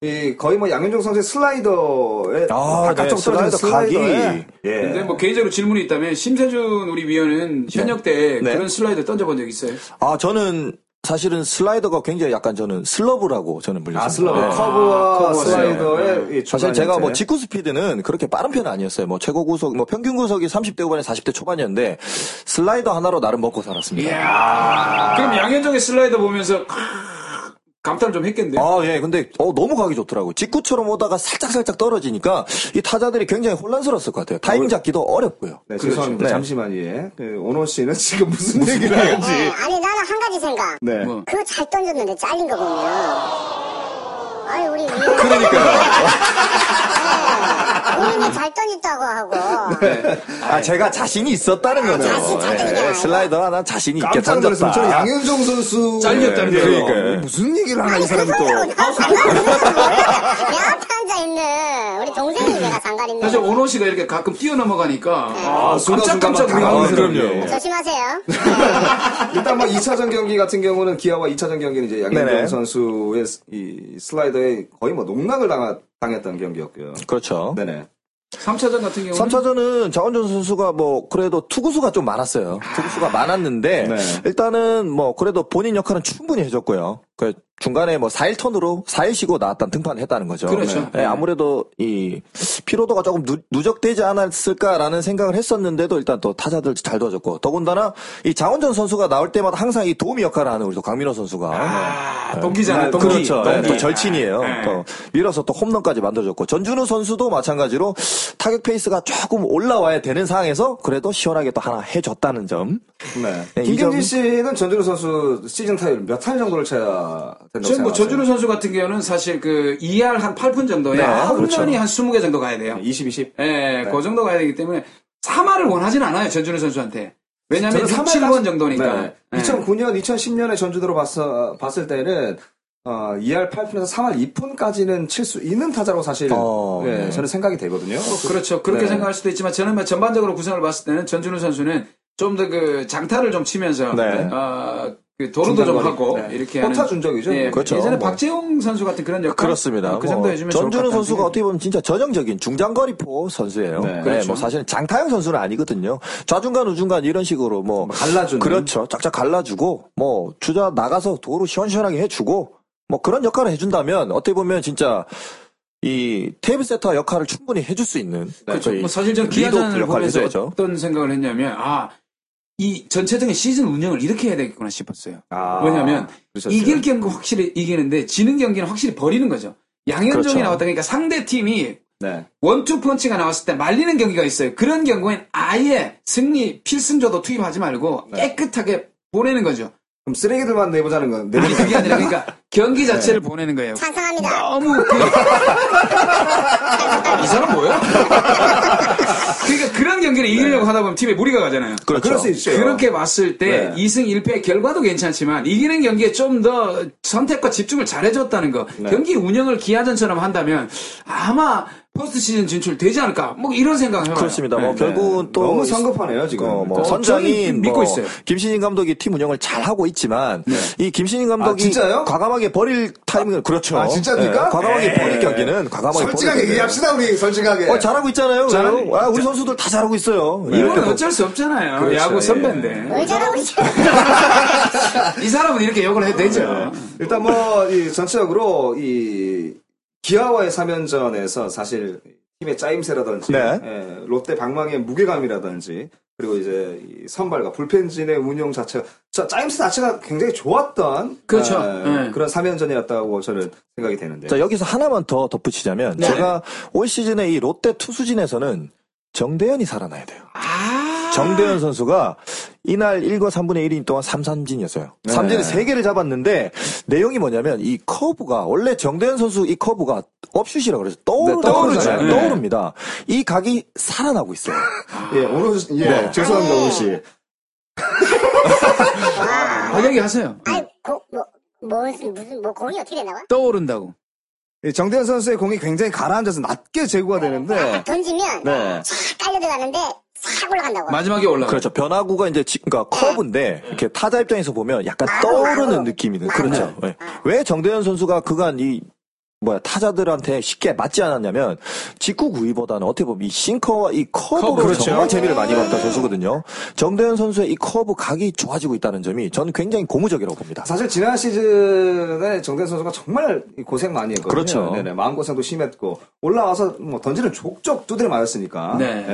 [SPEAKER 2] 이 거의 뭐 양현종 선수의 슬라이더에
[SPEAKER 4] 아,
[SPEAKER 2] 바깥쪽
[SPEAKER 4] 네,
[SPEAKER 2] 떨어지는
[SPEAKER 4] 슬라이더
[SPEAKER 2] 슬라이더에
[SPEAKER 4] 각이.
[SPEAKER 2] 예.
[SPEAKER 3] 근데 뭐 개인적으로 질문이 있다면 심세준 우리 위원은 현역 때
[SPEAKER 4] 네.
[SPEAKER 3] 그런 슬라이드 던져본 적 있어요?
[SPEAKER 4] 아 저는 사실은 슬라이더가 굉장히 약간 저는 슬러브라고 저는 불렸습니다.
[SPEAKER 2] 아 슬러브
[SPEAKER 4] 네.
[SPEAKER 2] 커브와
[SPEAKER 3] 커브와
[SPEAKER 2] 슬라이더의 이
[SPEAKER 4] 사실
[SPEAKER 2] 중간
[SPEAKER 4] 제가 뭐
[SPEAKER 2] 형태.
[SPEAKER 4] 직구 스피드는 그렇게 빠른 편은 아니었어요. 뭐 최고 구속, 뭐 평균 구속이 30대 후반에 40대 초반이었는데 슬라이더 하나로 나름 먹고 살았습니다.
[SPEAKER 2] 예.
[SPEAKER 3] 이야. 그럼 양현종의 슬라이더 보면서 감탄을 좀 했겠네요.
[SPEAKER 4] 아, 예. 근데, 어, 너무 가기 좋더라고요. 직구처럼 오다가 살짝살짝 떨어지니까, 이 타자들이 굉장히 혼란스러웠을 것 같아요. 타임 잡기도 어렵고요.
[SPEAKER 2] 네, 죄송합니다.
[SPEAKER 4] 네.
[SPEAKER 2] 잠시만 예. 그 오노 씨는 지금 무슨 얘기를 하는지.
[SPEAKER 1] 예, 아니 나는 한 가지 생각.
[SPEAKER 2] 네.
[SPEAKER 3] 뭐.
[SPEAKER 1] 그거 잘 던졌는데 잘린 거 보면. 아니 우리 위원.
[SPEAKER 2] 그러니까.
[SPEAKER 1] 그러니까요. 어, 우리는 잘 던졌다고 하고.
[SPEAKER 2] 네, 예.
[SPEAKER 4] 아, 제가 자신이 있었다는
[SPEAKER 2] 아,
[SPEAKER 4] 거죠.
[SPEAKER 1] 자신, 자신
[SPEAKER 4] 예,
[SPEAKER 1] 있게 나와요.
[SPEAKER 4] 슬라이더 하나 자신이 있게
[SPEAKER 2] 깜짝 놀랐습니다. 저는
[SPEAKER 4] 던졌다. 아.
[SPEAKER 2] 양현종 선수
[SPEAKER 3] 잘렸다는
[SPEAKER 2] 예,
[SPEAKER 3] 거예요.
[SPEAKER 2] 그러니까요. 무슨 얘기를 하나 이
[SPEAKER 1] 그
[SPEAKER 2] 사람이 또.
[SPEAKER 1] 손으로 나 상관없어. 내 앞에 앉아 있는 우리 동생이 내가 상관인데.
[SPEAKER 3] 사실 오노 씨가 이렇게 가끔 뛰어넘어가니까 아,
[SPEAKER 2] 순간순간
[SPEAKER 3] 깜짝깜짝
[SPEAKER 2] 당황스럽네요.
[SPEAKER 3] 놀랐어요.
[SPEAKER 2] 그럼요.
[SPEAKER 1] 조심하세요.
[SPEAKER 2] 일단 뭐 2차전 경기 같은 경우는 기아와 2차전 경기는 이제 양현종
[SPEAKER 4] 네네.
[SPEAKER 2] 선수의 스- 이 슬라이더에 거의 뭐 농락을 당하, 당했던 경기였고요.
[SPEAKER 4] 그렇죠.
[SPEAKER 2] 네네.
[SPEAKER 3] 3차전 같은 경우는
[SPEAKER 4] 3차전은 장원준 선수가 뭐 그래도 투구수가 좀 많았어요.
[SPEAKER 3] 아.
[SPEAKER 4] 투구수가 많았는데
[SPEAKER 2] 네.
[SPEAKER 4] 일단은 뭐 그래도 본인 역할은 충분히 해줬고요. 그 중간에 뭐 4일 턴으로 4일 쉬고 나왔던 등판을 했다는 거죠.
[SPEAKER 3] 그렇죠.
[SPEAKER 4] 네, 아무래도 이 피로도가 조금 누, 적되지 않았을까라는 생각을 했었는데도 일단 또 타자들 잘 도와줬고 더군다나 이 장원준 선수가 나올 때마다 항상 이 도움 역할을 하는 우리 또 강민호 선수가
[SPEAKER 3] 아, 동기잖아요. 동기.
[SPEAKER 4] 그렇죠. 네,
[SPEAKER 3] 동기.
[SPEAKER 4] 또 절친이에요.
[SPEAKER 3] 네.
[SPEAKER 4] 또 밀어서 또 홈런까지 만들어줬고 전준우 선수도 마찬가지로 타격 페이스가 조금 올라와야 되는 상황에서 그래도 시원하게 또 하나 해줬다는 점.
[SPEAKER 2] 네.
[SPEAKER 4] 네,
[SPEAKER 2] 김경진
[SPEAKER 4] 이점-
[SPEAKER 2] 씨는 전준우 선수 시즌 타율 몇 할 정도를 쳐야 된다고
[SPEAKER 3] 저는 뭐
[SPEAKER 2] 생각하세요?
[SPEAKER 3] 전준우 선수 같은 경우는 사실 그 2할 한 8푼 정도에
[SPEAKER 4] 네,
[SPEAKER 3] 홈런이
[SPEAKER 4] 그렇죠. 네,
[SPEAKER 3] 한 20개 정도 가야 돼요.
[SPEAKER 2] 20, 20.
[SPEAKER 3] 예, 그 정도 가야 되기 때문에 3할을 원하진 않아요, 전준우 선수한테. 왜냐면
[SPEAKER 2] 저는
[SPEAKER 3] 3,
[SPEAKER 2] 3할
[SPEAKER 3] 7번 정도니까.
[SPEAKER 2] 네.
[SPEAKER 3] 예.
[SPEAKER 2] 2009년, 2010년에 전주도로 봤어, 봤을 때는 어, 2할 8푼에서 3할 2푼까지는 칠 수 있는 타자로 사실
[SPEAKER 4] 어,
[SPEAKER 2] 예,
[SPEAKER 4] 네.
[SPEAKER 2] 저는 생각이 되거든요.
[SPEAKER 3] 그렇죠. 그렇게
[SPEAKER 2] 네.
[SPEAKER 3] 생각할 수도 있지만 저는 뭐 전반적으로 구성을 봤을 때는 전준우 선수는 좀 더 그 장타를 좀 치면서
[SPEAKER 4] 네.
[SPEAKER 3] 어, 그 도루도 좀
[SPEAKER 2] 중장거리.
[SPEAKER 3] 하고
[SPEAKER 2] 네.
[SPEAKER 3] 이렇게
[SPEAKER 2] 포타
[SPEAKER 3] 하는
[SPEAKER 2] 준적이죠.
[SPEAKER 3] 예,
[SPEAKER 4] 그렇죠.
[SPEAKER 3] 예전에
[SPEAKER 4] 뭐.
[SPEAKER 3] 박재홍 선수 같은 그런 역할
[SPEAKER 4] 그렇습니다.
[SPEAKER 3] 그
[SPEAKER 4] 뭐
[SPEAKER 3] 정도 해주면 좋을 것
[SPEAKER 4] 전준우
[SPEAKER 3] 같다는
[SPEAKER 4] 선수가
[SPEAKER 3] 생각이
[SPEAKER 4] 어떻게 보면 진짜 전형적인 중장거리포 선수예요.
[SPEAKER 2] 네,
[SPEAKER 4] 네,
[SPEAKER 3] 그렇죠.
[SPEAKER 4] 뭐 사실은 장타형 선수는 아니거든요. 좌중간, 우중간 이런 식으로 뭐
[SPEAKER 2] 갈라주는.
[SPEAKER 4] 그렇죠. 쫙쫙 갈라주고 뭐 주자 나가서 도로 시원시원하게 해주고 뭐 그런 역할을 해준다면 어떻게 보면 진짜 이 테이블 세터 역할을 충분히 해줄 수 있는
[SPEAKER 3] 그렇죠.
[SPEAKER 4] 네, 저희
[SPEAKER 3] 뭐 사실 전
[SPEAKER 4] 리드 오프
[SPEAKER 3] 기아전을
[SPEAKER 4] 역할을
[SPEAKER 3] 보면서
[SPEAKER 4] 해줘야죠.
[SPEAKER 3] 어떤 생각을 했냐면 아, 이 전체적인 시즌 운영을 이렇게 해야 되겠구나 싶었어요.
[SPEAKER 2] 아,
[SPEAKER 3] 왜냐면
[SPEAKER 2] 그러셨어요.
[SPEAKER 3] 이길 경기 확실히 이기는데 지는 경기는 확실히 버리는 거죠. 양현종이
[SPEAKER 4] 그렇죠.
[SPEAKER 3] 나왔다 그러니까 상대 팀이
[SPEAKER 2] 네.
[SPEAKER 3] 원투 펀치가 나왔을 때 말리는 경기가 있어요. 그런 경우엔 아예 승리 필승조도 투입하지 말고
[SPEAKER 4] 네.
[SPEAKER 3] 깨끗하게 보내는 거죠.
[SPEAKER 2] 그럼 쓰레기들만 내보자는 건
[SPEAKER 3] 아니
[SPEAKER 2] 내보자.
[SPEAKER 3] 그게 아니라 그러니까 경기
[SPEAKER 4] 네.
[SPEAKER 3] 자체를 보내는 거예요.
[SPEAKER 2] 아,
[SPEAKER 1] 찬성합니다.
[SPEAKER 3] 너무 그... 이 사람 뭐야? 그러니까 그런 경기를 이기려고 하다 보면 팀에 무리가 가잖아요.
[SPEAKER 2] 그렇죠. 그럴 수 있죠.
[SPEAKER 3] 그렇게 봤을 때
[SPEAKER 2] 네.
[SPEAKER 3] 이 2승 1패 결과도 괜찮지만 이기는 경기에 좀 더 선택과 집중을 잘해줬다는 거 경기 운영을 기아전처럼 한다면 아마 포스트 시즌 진출 되지 않을까 뭐 이런 생각을 해요.
[SPEAKER 4] 그렇습니다. 뭐 결국은 또
[SPEAKER 2] 네. 너무 성급하네요, 지금.
[SPEAKER 4] 어, 뭐
[SPEAKER 3] 어,
[SPEAKER 4] 선장이
[SPEAKER 3] 저는 믿고
[SPEAKER 4] 뭐
[SPEAKER 3] 있어요.
[SPEAKER 4] 김신인 감독이 팀 운영을 잘 하고 있지만 이 김신인 감독이
[SPEAKER 2] 네. 아, 진짜요?
[SPEAKER 4] 과감하게 버릴 타이밍을 그렇죠.
[SPEAKER 2] 아, 진짜입니까?
[SPEAKER 4] 예, 과감하게
[SPEAKER 2] 에이.
[SPEAKER 4] 버릴 경기는 과감하게
[SPEAKER 2] 솔직하게
[SPEAKER 4] 버릴 경기는.
[SPEAKER 2] 얘기합시다, 우리 솔직하게.
[SPEAKER 4] 어, 잘하고 있잖아요.
[SPEAKER 2] 잘하네. 네.
[SPEAKER 4] 그래요? 아, 우리 선수들 다 잘하고 있어요. 이럴 때
[SPEAKER 3] 이건
[SPEAKER 4] 뭐-
[SPEAKER 3] 어쩔 수 없잖아요.
[SPEAKER 2] 그렇죠, 예.
[SPEAKER 3] 야구 선배인데
[SPEAKER 1] 뭘 잘하고 있어?
[SPEAKER 2] 네.
[SPEAKER 3] 이 사람은 이렇게 욕을 해도 되죠.
[SPEAKER 2] 일단 뭐, 이 전체적으로, 이, 기아와의 3연전에서 사실 팀의 짜임새라든지
[SPEAKER 4] 네.
[SPEAKER 2] 예, 롯데 방망이의 무게감이라든지 그리고 이제 이 선발과 불펜진의 운용 자체가 짜- 짜임새 자체가 굉장히 좋았던
[SPEAKER 3] 그렇죠.
[SPEAKER 2] 예,
[SPEAKER 3] 예.
[SPEAKER 2] 그런 3연전이었다고 저는 생각이 되는데
[SPEAKER 4] 자, 여기서 하나만 더 덧붙이자면
[SPEAKER 3] 네.
[SPEAKER 4] 제가 올 시즌에 이 롯데 투수진에서는 정대현이 살아나야 돼요.
[SPEAKER 3] 아.
[SPEAKER 4] 정대현 선수가 이날 1과 3분의 1인 동안 3삼진이었어요.
[SPEAKER 2] 네.
[SPEAKER 4] 삼진을 3개를 잡았는데 내용이 뭐냐면 이 커브가 원래 정대현 선수 이 커브가 업슛이라고 그래서 떠오르,
[SPEAKER 2] 네, 떠오르죠.
[SPEAKER 4] 떠오르잖아요.
[SPEAKER 3] 네.
[SPEAKER 4] 떠오릅니다. 이 각이 살아나고 있어요.
[SPEAKER 2] 예, 오늘 예, 죄송합니다 오늘 씨.
[SPEAKER 1] 와.
[SPEAKER 3] 아, 얘기하세요.
[SPEAKER 1] 아니, 고, 뭐, 뭐, 무슨, 뭐, 공이 어떻게 되나와?
[SPEAKER 3] 떠오른다고.
[SPEAKER 2] 예, 정대현 선수의 공이 굉장히 가라앉아서 낮게 제구가 되는데
[SPEAKER 1] 던지면,
[SPEAKER 2] 네.
[SPEAKER 1] 쫙 깔려들어가는데, 싹 올라간다고.
[SPEAKER 3] 마지막에 올라가.
[SPEAKER 4] 그렇죠. 변화구가 이제 지- 그러니까 커브인데 이렇게 타자 입장에서 보면 약간 떠오르는 느낌이 드는 그렇죠. 예. 왜 정대현 선수가 그간 이 뭐야 타자들한테 쉽게 맞지 않았냐면 직구 구위보다는 어떻게 보면 이 싱커와 이 커브로
[SPEAKER 3] 커브, 그렇죠.
[SPEAKER 4] 정말 재미를 많이 봤던 선수거든요. 정대현 선수의 이 커브 각이 좋아지고 있다는 점이 저는 굉장히 고무적이라고 봅니다.
[SPEAKER 2] 사실 지난 시즌에 정대현 선수가 정말 고생 많이 했거든요.
[SPEAKER 4] 그렇죠.
[SPEAKER 2] 네네, 마음고생도 심했고 올라와서 뭐 던지는 족적 두드려 맞았으니까.
[SPEAKER 3] 네.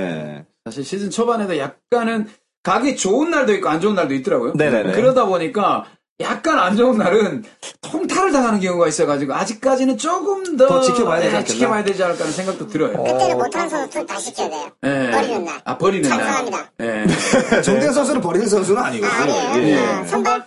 [SPEAKER 2] 예.
[SPEAKER 3] 사실 시즌 초반에도 약간은 각이 좋은 날도 있고 안 좋은 날도 있더라고요.
[SPEAKER 4] 네네네.
[SPEAKER 3] 그러다 보니까 약간 안 좋은 날은 통타를 당하는 경우가 있어가지고 아직까지는 조금 더,
[SPEAKER 2] 더 지켜봐야 되지
[SPEAKER 3] 예,
[SPEAKER 2] 않겠나?
[SPEAKER 3] 지켜봐야 되지 않을까 하는 생각도 들어요.
[SPEAKER 1] 그때는 못하는 선수 다 시켜야 돼요.
[SPEAKER 2] 네.
[SPEAKER 3] 예.
[SPEAKER 1] 버리는 날.
[SPEAKER 3] 아 버리는 날.
[SPEAKER 1] 찬성합니다.
[SPEAKER 3] 예.
[SPEAKER 2] 정대현 선수를 버리는 선수는 아니고.
[SPEAKER 1] 아,
[SPEAKER 2] 예.
[SPEAKER 1] 아니에요. 아, 선발?
[SPEAKER 3] 네.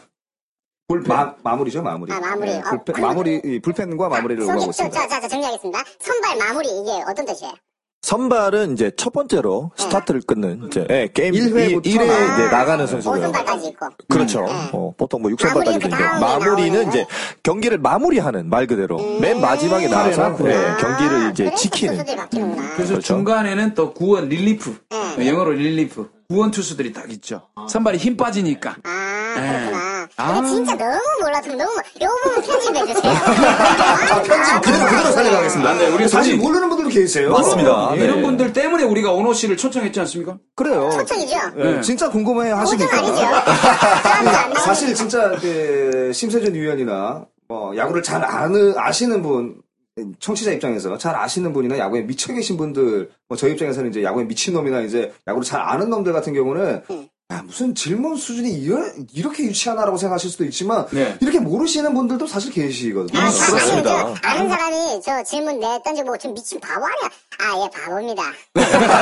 [SPEAKER 3] 볼펜.
[SPEAKER 2] 마, 마무리죠 마무리.
[SPEAKER 1] 아, 마무리.
[SPEAKER 2] 예,
[SPEAKER 1] 아,
[SPEAKER 2] 불펜,
[SPEAKER 1] 그럼-
[SPEAKER 2] 마무리 이 불펜과 마무리를
[SPEAKER 1] 소
[SPEAKER 2] 오가고
[SPEAKER 1] 개 자,
[SPEAKER 2] 있습니다.
[SPEAKER 1] 자, 자, 정리하겠습니다. 선발 마무리, 이게 어떤 뜻이에요?
[SPEAKER 4] 선발은 이제 첫 번째로 스타트를 끊는 이제 예, 게임
[SPEAKER 2] 일 회부터-
[SPEAKER 4] 1회 이제
[SPEAKER 1] 아,
[SPEAKER 4] 나가는 선수고요.
[SPEAKER 1] 오선발까지 있고.
[SPEAKER 4] 그렇죠.
[SPEAKER 1] 음.
[SPEAKER 4] 어, 보통 뭐 6선발까지
[SPEAKER 1] 마무리는
[SPEAKER 4] 되죠.
[SPEAKER 1] 그 다음에
[SPEAKER 4] 마무리는
[SPEAKER 1] 나오는
[SPEAKER 4] 이제 경기를 마무리하는 말 그대로 맨 마지막에 나와서
[SPEAKER 2] 그래.
[SPEAKER 4] 예, 경기를 이제
[SPEAKER 1] 음. 네. 아, 그래서
[SPEAKER 4] 지키는
[SPEAKER 1] 선수들이 바뀌는구나.
[SPEAKER 2] 음.
[SPEAKER 3] 그래서
[SPEAKER 4] 그렇죠.
[SPEAKER 3] 중간에는 또 구원 릴리프.
[SPEAKER 1] 네.
[SPEAKER 3] 영어로 릴리프. 구원 투수들이 딱 있죠. 선발이 힘 빠지니까.
[SPEAKER 1] 아,
[SPEAKER 2] 네.
[SPEAKER 3] 예.
[SPEAKER 1] 그렇구나.
[SPEAKER 3] 아.
[SPEAKER 1] 근데 진짜 너무 몰랐으면 너무, 요 부분 편집해주세요. 아,
[SPEAKER 2] 편집 그대로 그대로
[SPEAKER 4] 아,
[SPEAKER 2] 살려가겠습니다.
[SPEAKER 3] 네, 우리
[SPEAKER 2] 사실
[SPEAKER 3] 손님.
[SPEAKER 2] 모르는 분들도 계세요.
[SPEAKER 4] 맞습니다. 네.
[SPEAKER 2] 예.
[SPEAKER 3] 어, 이런 분들 때문에 우리가 원호 씨를 초청했지 않습니까?
[SPEAKER 2] 그래요.
[SPEAKER 1] 초청이죠?
[SPEAKER 2] 예, 진짜 궁금해
[SPEAKER 1] 고정
[SPEAKER 2] 하시니까.
[SPEAKER 1] 아니죠? 사람도 안 나오니까.
[SPEAKER 2] 사실 진짜 그 심세준 위원이나 뭐 야구를 잘 아는 아시는 분 청취자 입장에서 잘 아시는 분이나 야구에 미쳐 계신 분들 뭐 저희 입장에서는 이제 야구에 미친 놈이나 이제 야구를 잘 아는 놈들 같은 경우는
[SPEAKER 1] 네.
[SPEAKER 2] 야, 무슨 질문 수준이 이런- 이렇게 유치하나라고 생각하실 수도 있지만
[SPEAKER 3] 네.
[SPEAKER 2] 이렇게 모르시는 분들도 사실 계시거든요.
[SPEAKER 1] 아,
[SPEAKER 4] 그렇습니다.
[SPEAKER 1] 사람이 저 아는 사람이 저 질문 내 던지고 지금 미친 바보 아니야? 아, 예, 바보입니다.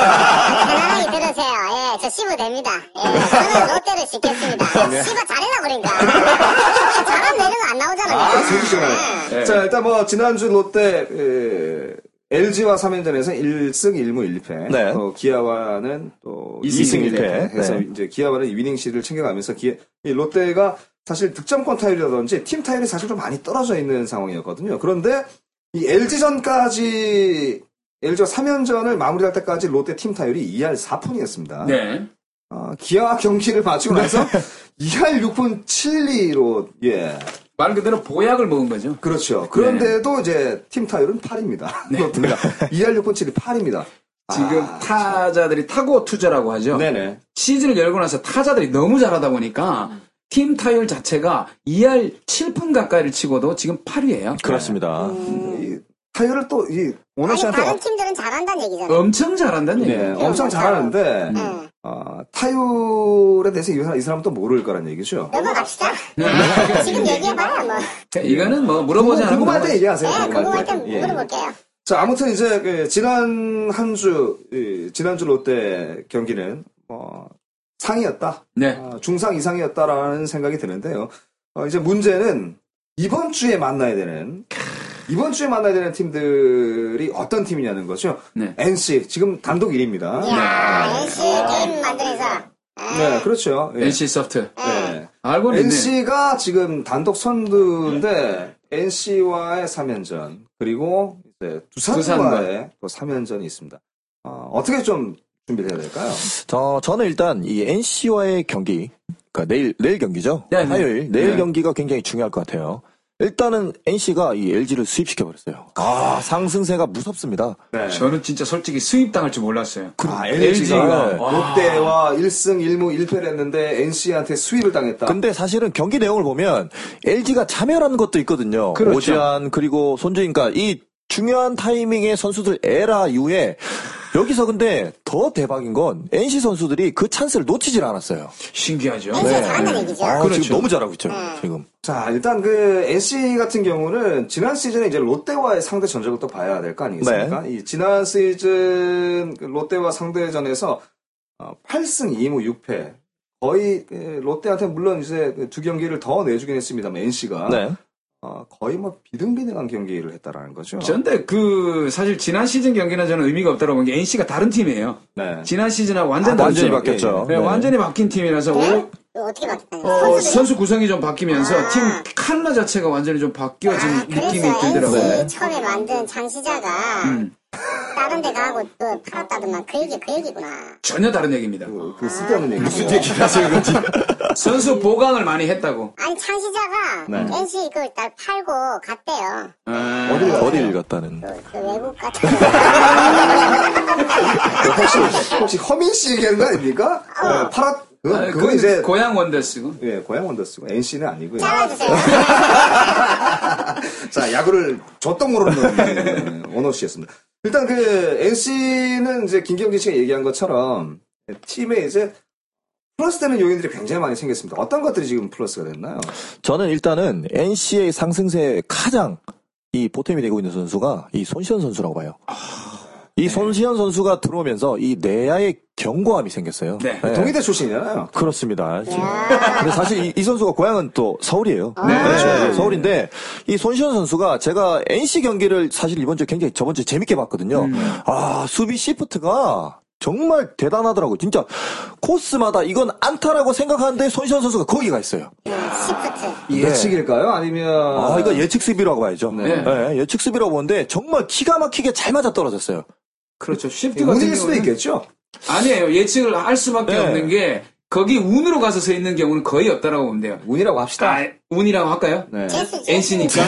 [SPEAKER 1] 편안하게 들으세요. 예, 저 씹어 됩니다. 예, 저는 롯데를 씹겠습니다. 씹어 잘해라, 그러니까. 잘하면 내는 거 안 나오잖아요. 예.
[SPEAKER 2] 아, 재밌잖아요.
[SPEAKER 3] 네.
[SPEAKER 2] 자, 일단 뭐, 지난주 롯데, 에, LG와 3연전에서 1승 1무 1패.
[SPEAKER 4] 네.
[SPEAKER 2] 또 기아와는 또
[SPEAKER 3] 이승
[SPEAKER 2] 2승
[SPEAKER 4] 일패.
[SPEAKER 2] 1패. 해서
[SPEAKER 4] 네.
[SPEAKER 2] 이제 기아와는 위닝시를 챙겨가면서 기아, 이 롯데가 사실 득점권 타율이라든지 팀 타율이 사실 좀 많이 떨어져 있는 상황이었거든요. 그런데 이 LG전까지 LG와 3연전을 마무리할 때까지 롯데 팀 타율이 2할 4푼이었습니다.
[SPEAKER 3] 네.
[SPEAKER 2] 어, 기아와 경기를 마치고 나서 2할 6푼 7리로 예,
[SPEAKER 3] 말 그대로 보약을 먹은 거죠.
[SPEAKER 2] 그렇죠. 그런데도 이제 팀 타율은 8입니다. 롯데가 2할 6분 7이 8입니다.
[SPEAKER 3] 지금 타자들이 타고 투자라고 하죠.
[SPEAKER 2] 네네.
[SPEAKER 3] 시즌을 열고 나서 타자들이 너무 잘하다 보니까 팀 타율 자체가 2할 7푼 가까이를 치고도 지금 8위예요.
[SPEAKER 4] 그렇습니다.
[SPEAKER 1] 음.
[SPEAKER 2] 이 타율을 또 이 오너
[SPEAKER 1] 아니,
[SPEAKER 2] 씨한테
[SPEAKER 1] 다른
[SPEAKER 2] 어,
[SPEAKER 1] 팀들은 잘한다는 얘기잖아요.
[SPEAKER 3] 엄청 잘한다는 얘기예요.
[SPEAKER 2] 네, 엄청 잘하는데
[SPEAKER 1] 음.
[SPEAKER 2] 어, 타율에 대해서 이, 사람, 이 사람은 또 모를 거란 얘기죠.
[SPEAKER 1] 예. 네, 넘어갑시다. 지금 얘기해봐야 뭐.
[SPEAKER 3] 이거는 뭐 물어보지 않으면
[SPEAKER 2] 궁금할 때 얘기하세요.
[SPEAKER 1] 예, 궁금할 때
[SPEAKER 2] 예.
[SPEAKER 1] 물어볼게요.
[SPEAKER 2] 자, 아무튼 이제 그 지난 한주 지난주 롯데 경기는 어, 상이었다.
[SPEAKER 3] 네.
[SPEAKER 2] 아, 중상 이상이었다라는 생각이 드는데요. 어, 이제 문제는 이번 주에 만나야 되는 이번 주에 만나야 되는 팀들이 어떤 팀이냐는 거죠.
[SPEAKER 3] 네.
[SPEAKER 2] NC 지금 단독 1위입니다.
[SPEAKER 1] 이야, NC 아, 게임 만든 회사.
[SPEAKER 2] 네, 그렇죠. 예.
[SPEAKER 3] NC 소프트.
[SPEAKER 2] 네.
[SPEAKER 3] 알고 있네.
[SPEAKER 2] NC가 지금 단독 선두인데 NC와의 3연전 그리고 이제 두산과의
[SPEAKER 3] 두산과의
[SPEAKER 2] 또 3연전이 있습니다. 어, 떻게좀 준비를 해야 될까요?
[SPEAKER 4] 저 저는 일단 이 NC와의 경기 그러니까 내일 내일 경기죠.
[SPEAKER 3] 네, 네.
[SPEAKER 4] 화요일 내일
[SPEAKER 3] 네.
[SPEAKER 4] 경기가 굉장히 중요할 것 같아요. 일단은 NC가 이 LG를 수입시켜 버렸어요. 아 상승세가 무섭습니다.
[SPEAKER 2] 네.
[SPEAKER 3] 저는 진짜 솔직히 수입당할 줄 몰랐어요.
[SPEAKER 2] 아,
[SPEAKER 3] LG가.
[SPEAKER 2] LG가 아. 롯데와 1승 1무 1패를 했는데 NC한테 수입을
[SPEAKER 3] 아.
[SPEAKER 2] 당했다.
[SPEAKER 4] 근데 사실은 경기 내용을 보면 LG가 참여라는 것도 있거든요.
[SPEAKER 3] 그렇죠.
[SPEAKER 4] 오지환 그리고 손주인가 그러니까 이 중요한 타이밍에 선수들 에라 이후에 여기서 근데 더 대박인 건 NC 선수들이 그 찬스를 놓치질 않았어요.
[SPEAKER 3] 신기하죠.
[SPEAKER 1] 네. 진짜 잘한다는 얘기죠.
[SPEAKER 4] 아,
[SPEAKER 3] 그렇죠.
[SPEAKER 4] 지금 너무 잘하고 있죠. 지금.
[SPEAKER 2] 자, 일단 그 NC 같은 경우는 지난 시즌에 이제 롯데와의 상대 전적을 또 봐야 될 거 아니겠습니까? 이 지난 시즌 그 롯데와 상대전에서 어, 8승 2무 6패. 거의 그 롯데한테 물론 이제 그두 경기를 더 내주긴 했습니다만
[SPEAKER 3] 아.
[SPEAKER 2] NC가
[SPEAKER 4] 네.
[SPEAKER 2] 거의 뭐 비등비등한 경기를 했다라는 거죠.
[SPEAKER 3] 근데 그 사실 지난 시즌 경기는 저는 의미가 없다고 본 게 NC가 다른 팀이에요.
[SPEAKER 2] 네.
[SPEAKER 3] 지난 시즌하고 완전
[SPEAKER 4] 아, 완전히
[SPEAKER 3] 다르죠.
[SPEAKER 4] 바뀌었죠.
[SPEAKER 3] 네,
[SPEAKER 4] 네.
[SPEAKER 3] 완전히 바뀐 팀이라서
[SPEAKER 1] 네.
[SPEAKER 3] 올-
[SPEAKER 1] 예? 이거 어떻게 바뀌었다는
[SPEAKER 3] 어,
[SPEAKER 1] 거야? 선수들이
[SPEAKER 3] 선수 구성이 좀 바뀌면서
[SPEAKER 1] 아.
[SPEAKER 3] 팀 컬러 자체가 완전히 좀 바뀌어진
[SPEAKER 1] 아, 네.
[SPEAKER 3] 느낌이
[SPEAKER 1] 그래서
[SPEAKER 3] 들더라고요. 네. 음.
[SPEAKER 1] NC 처음에 만든 장시자가 다른 데 가고 또 팔았다더만 그 얘기 그 얘기구나.
[SPEAKER 3] 전혀 다른 얘기입니다.
[SPEAKER 2] 그, 그 쓸데없는 얘기. 무슨 얘기?
[SPEAKER 3] 선수 보강을 많이 했다고.
[SPEAKER 1] 아니 창시자가
[SPEAKER 3] 네.
[SPEAKER 1] NC 그걸 다 팔고 갔대요.
[SPEAKER 3] 아,
[SPEAKER 4] 어딜, 어딜 갔다는.
[SPEAKER 1] 그, 그 외국 같은 데.
[SPEAKER 2] 혹시, 혹시 허민 씨 얘기하는 거 아닙니까? 네, 파라, 그건,
[SPEAKER 3] 아,
[SPEAKER 2] 그건
[SPEAKER 3] 그건
[SPEAKER 2] 이제,
[SPEAKER 3] 고향 원더스고.
[SPEAKER 2] 예, 고향 원더스고, NC는 아니고요.
[SPEAKER 1] 잘라주세요.
[SPEAKER 2] 자, 야구를 줬던 모르는 원호 씨였습니다. 일단 그 NC는 이제 김경진 씨가 얘기한 것처럼 팀에 이제 플러스되는 요인들이 굉장히 많이 생겼습니다. 어떤 것들이 지금 플러스가 됐나요?
[SPEAKER 4] 저는 일단은 NC의 상승세에 가장 이 보탬이 되고 있는 선수가 이 손시현 선수라고 봐요.
[SPEAKER 3] 아,
[SPEAKER 4] 이
[SPEAKER 3] 네.
[SPEAKER 4] 손시현 선수가 들어오면서 이 내야의 견고함이 생겼어요.
[SPEAKER 3] 네.
[SPEAKER 2] 동의대 출신이잖아요.
[SPEAKER 4] 그렇습니다. 근데 사실 이, 이 선수가 고향은 또 서울이에요.
[SPEAKER 2] 아. 네.
[SPEAKER 4] 그렇죠. 서울인데 이 손시현 선수가 제가 NC 경기를 사실 이번 주에 굉장히 저번 주에 재밌게 봤거든요.
[SPEAKER 2] 음.
[SPEAKER 4] 아 수비 시프트가 정말 대단하더라고요. 진짜 코스마다 이건 안타라고 생각하는데 손시현 선수가 거기가 있어요.
[SPEAKER 1] 시프트.
[SPEAKER 2] 예측일까요? 아니면
[SPEAKER 4] 아, 이거 예측 수비라고 봐야죠.
[SPEAKER 2] 네.
[SPEAKER 4] 예, 예측 수비라고 보는데 정말 기가 막히게 잘 맞아 떨어졌어요.
[SPEAKER 3] 그렇죠. 쉬프트 같은
[SPEAKER 2] 운일 수도
[SPEAKER 3] 경우는
[SPEAKER 2] 있겠죠.
[SPEAKER 3] 아니에요. 예측을 할 수밖에
[SPEAKER 4] 네.
[SPEAKER 3] 없는 게 거기 운으로 가서 서 있는 경우는 거의 없다라고 보면 돼요.
[SPEAKER 2] 운이라고 합시다.
[SPEAKER 3] 아, 운이라고 할까요?
[SPEAKER 2] 네.
[SPEAKER 1] 제수 제수.
[SPEAKER 3] NC니까.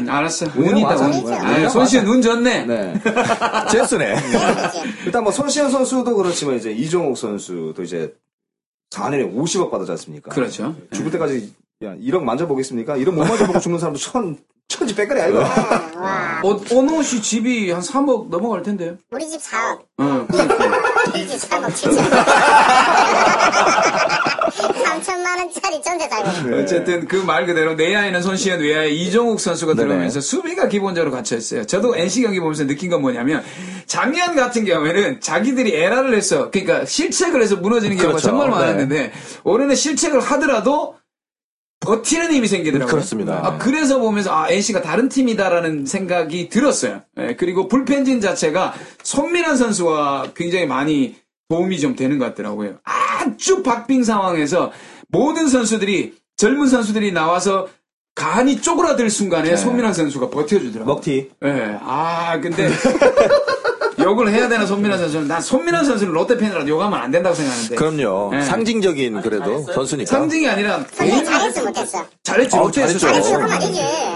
[SPEAKER 3] 음,
[SPEAKER 1] 네.
[SPEAKER 3] 알았어.
[SPEAKER 2] 운이야,
[SPEAKER 3] 운이다,
[SPEAKER 2] 맞아.
[SPEAKER 3] 운.
[SPEAKER 2] 운이야,
[SPEAKER 3] 아,
[SPEAKER 2] 맞아.
[SPEAKER 3] 손씨 눈 좋네.
[SPEAKER 2] 네.
[SPEAKER 4] 아, 제스네.
[SPEAKER 2] 일단 뭐 손시현 선수도 그렇지만 이제 이종욱 선수도 이제 4년에 50억 받았지 않습니까?
[SPEAKER 3] 그렇죠.
[SPEAKER 2] 죽을 때까지 야, 1억 만져보겠습니까? 1억 못 만져보고 죽는 사람도 천, 천지 백거리 아이가.
[SPEAKER 4] 네.
[SPEAKER 1] 와.
[SPEAKER 3] 어, 오노 씨 집이 한 3억 넘어갈 텐데요.
[SPEAKER 1] 우리 집 사업.
[SPEAKER 3] 응. 그러니까.
[SPEAKER 1] 우리 집 사업 진짜. 3천만 원짜리 전세 살고. 있어요.
[SPEAKER 4] 네.
[SPEAKER 3] 어쨌든 그 말 그대로 내야에는 손시현 외야에 이종욱 선수가
[SPEAKER 4] 네,
[SPEAKER 3] 들어오면서 수비가 기본적으로 갇혀 있어요. 저도 NC 경기 보면서 느낀 건 뭐냐면 작년 같은 경우에는 자기들이 에라를 해서 그러니까 실책을 해서 무너지는 경우가
[SPEAKER 4] 그렇죠.
[SPEAKER 3] 정말
[SPEAKER 4] 네.
[SPEAKER 3] 많았는데 올해는 실책을 하더라도 버티는 힘이 생기더라고요.
[SPEAKER 4] 그렇습니다.
[SPEAKER 3] 아, 그래서 보면서 아 NC가 다른 팀이다라는 생각이 들었어요. 예, 그리고 불펜진 자체가 손민환 선수와 굉장히 많이 도움이 좀 되는 것 같더라고요. 아주 박빙 상황에서 모든 선수들이 젊은 선수들이 나와서 간이 쪼그라들 순간에
[SPEAKER 4] 네.
[SPEAKER 3] 손민환 선수가 버텨주더라고요.
[SPEAKER 2] 먹튀.
[SPEAKER 3] 예, 아 근데 욕을 해야 되나 손민환 선수는 난 손민환 선수는 롯데 팬이라 욕하면 안 된다고 생각하는데
[SPEAKER 4] 그럼요.
[SPEAKER 3] 예.
[SPEAKER 4] 상징적인 그래도 선수니까.
[SPEAKER 3] 상징이 아니라
[SPEAKER 1] 근데
[SPEAKER 3] 개인
[SPEAKER 1] 잘했어 못했어.
[SPEAKER 3] 잘했죠.
[SPEAKER 4] 어,
[SPEAKER 3] 롯데에서
[SPEAKER 4] 잘했죠.
[SPEAKER 1] 잘했어
[SPEAKER 3] 잘했어요.
[SPEAKER 1] 그만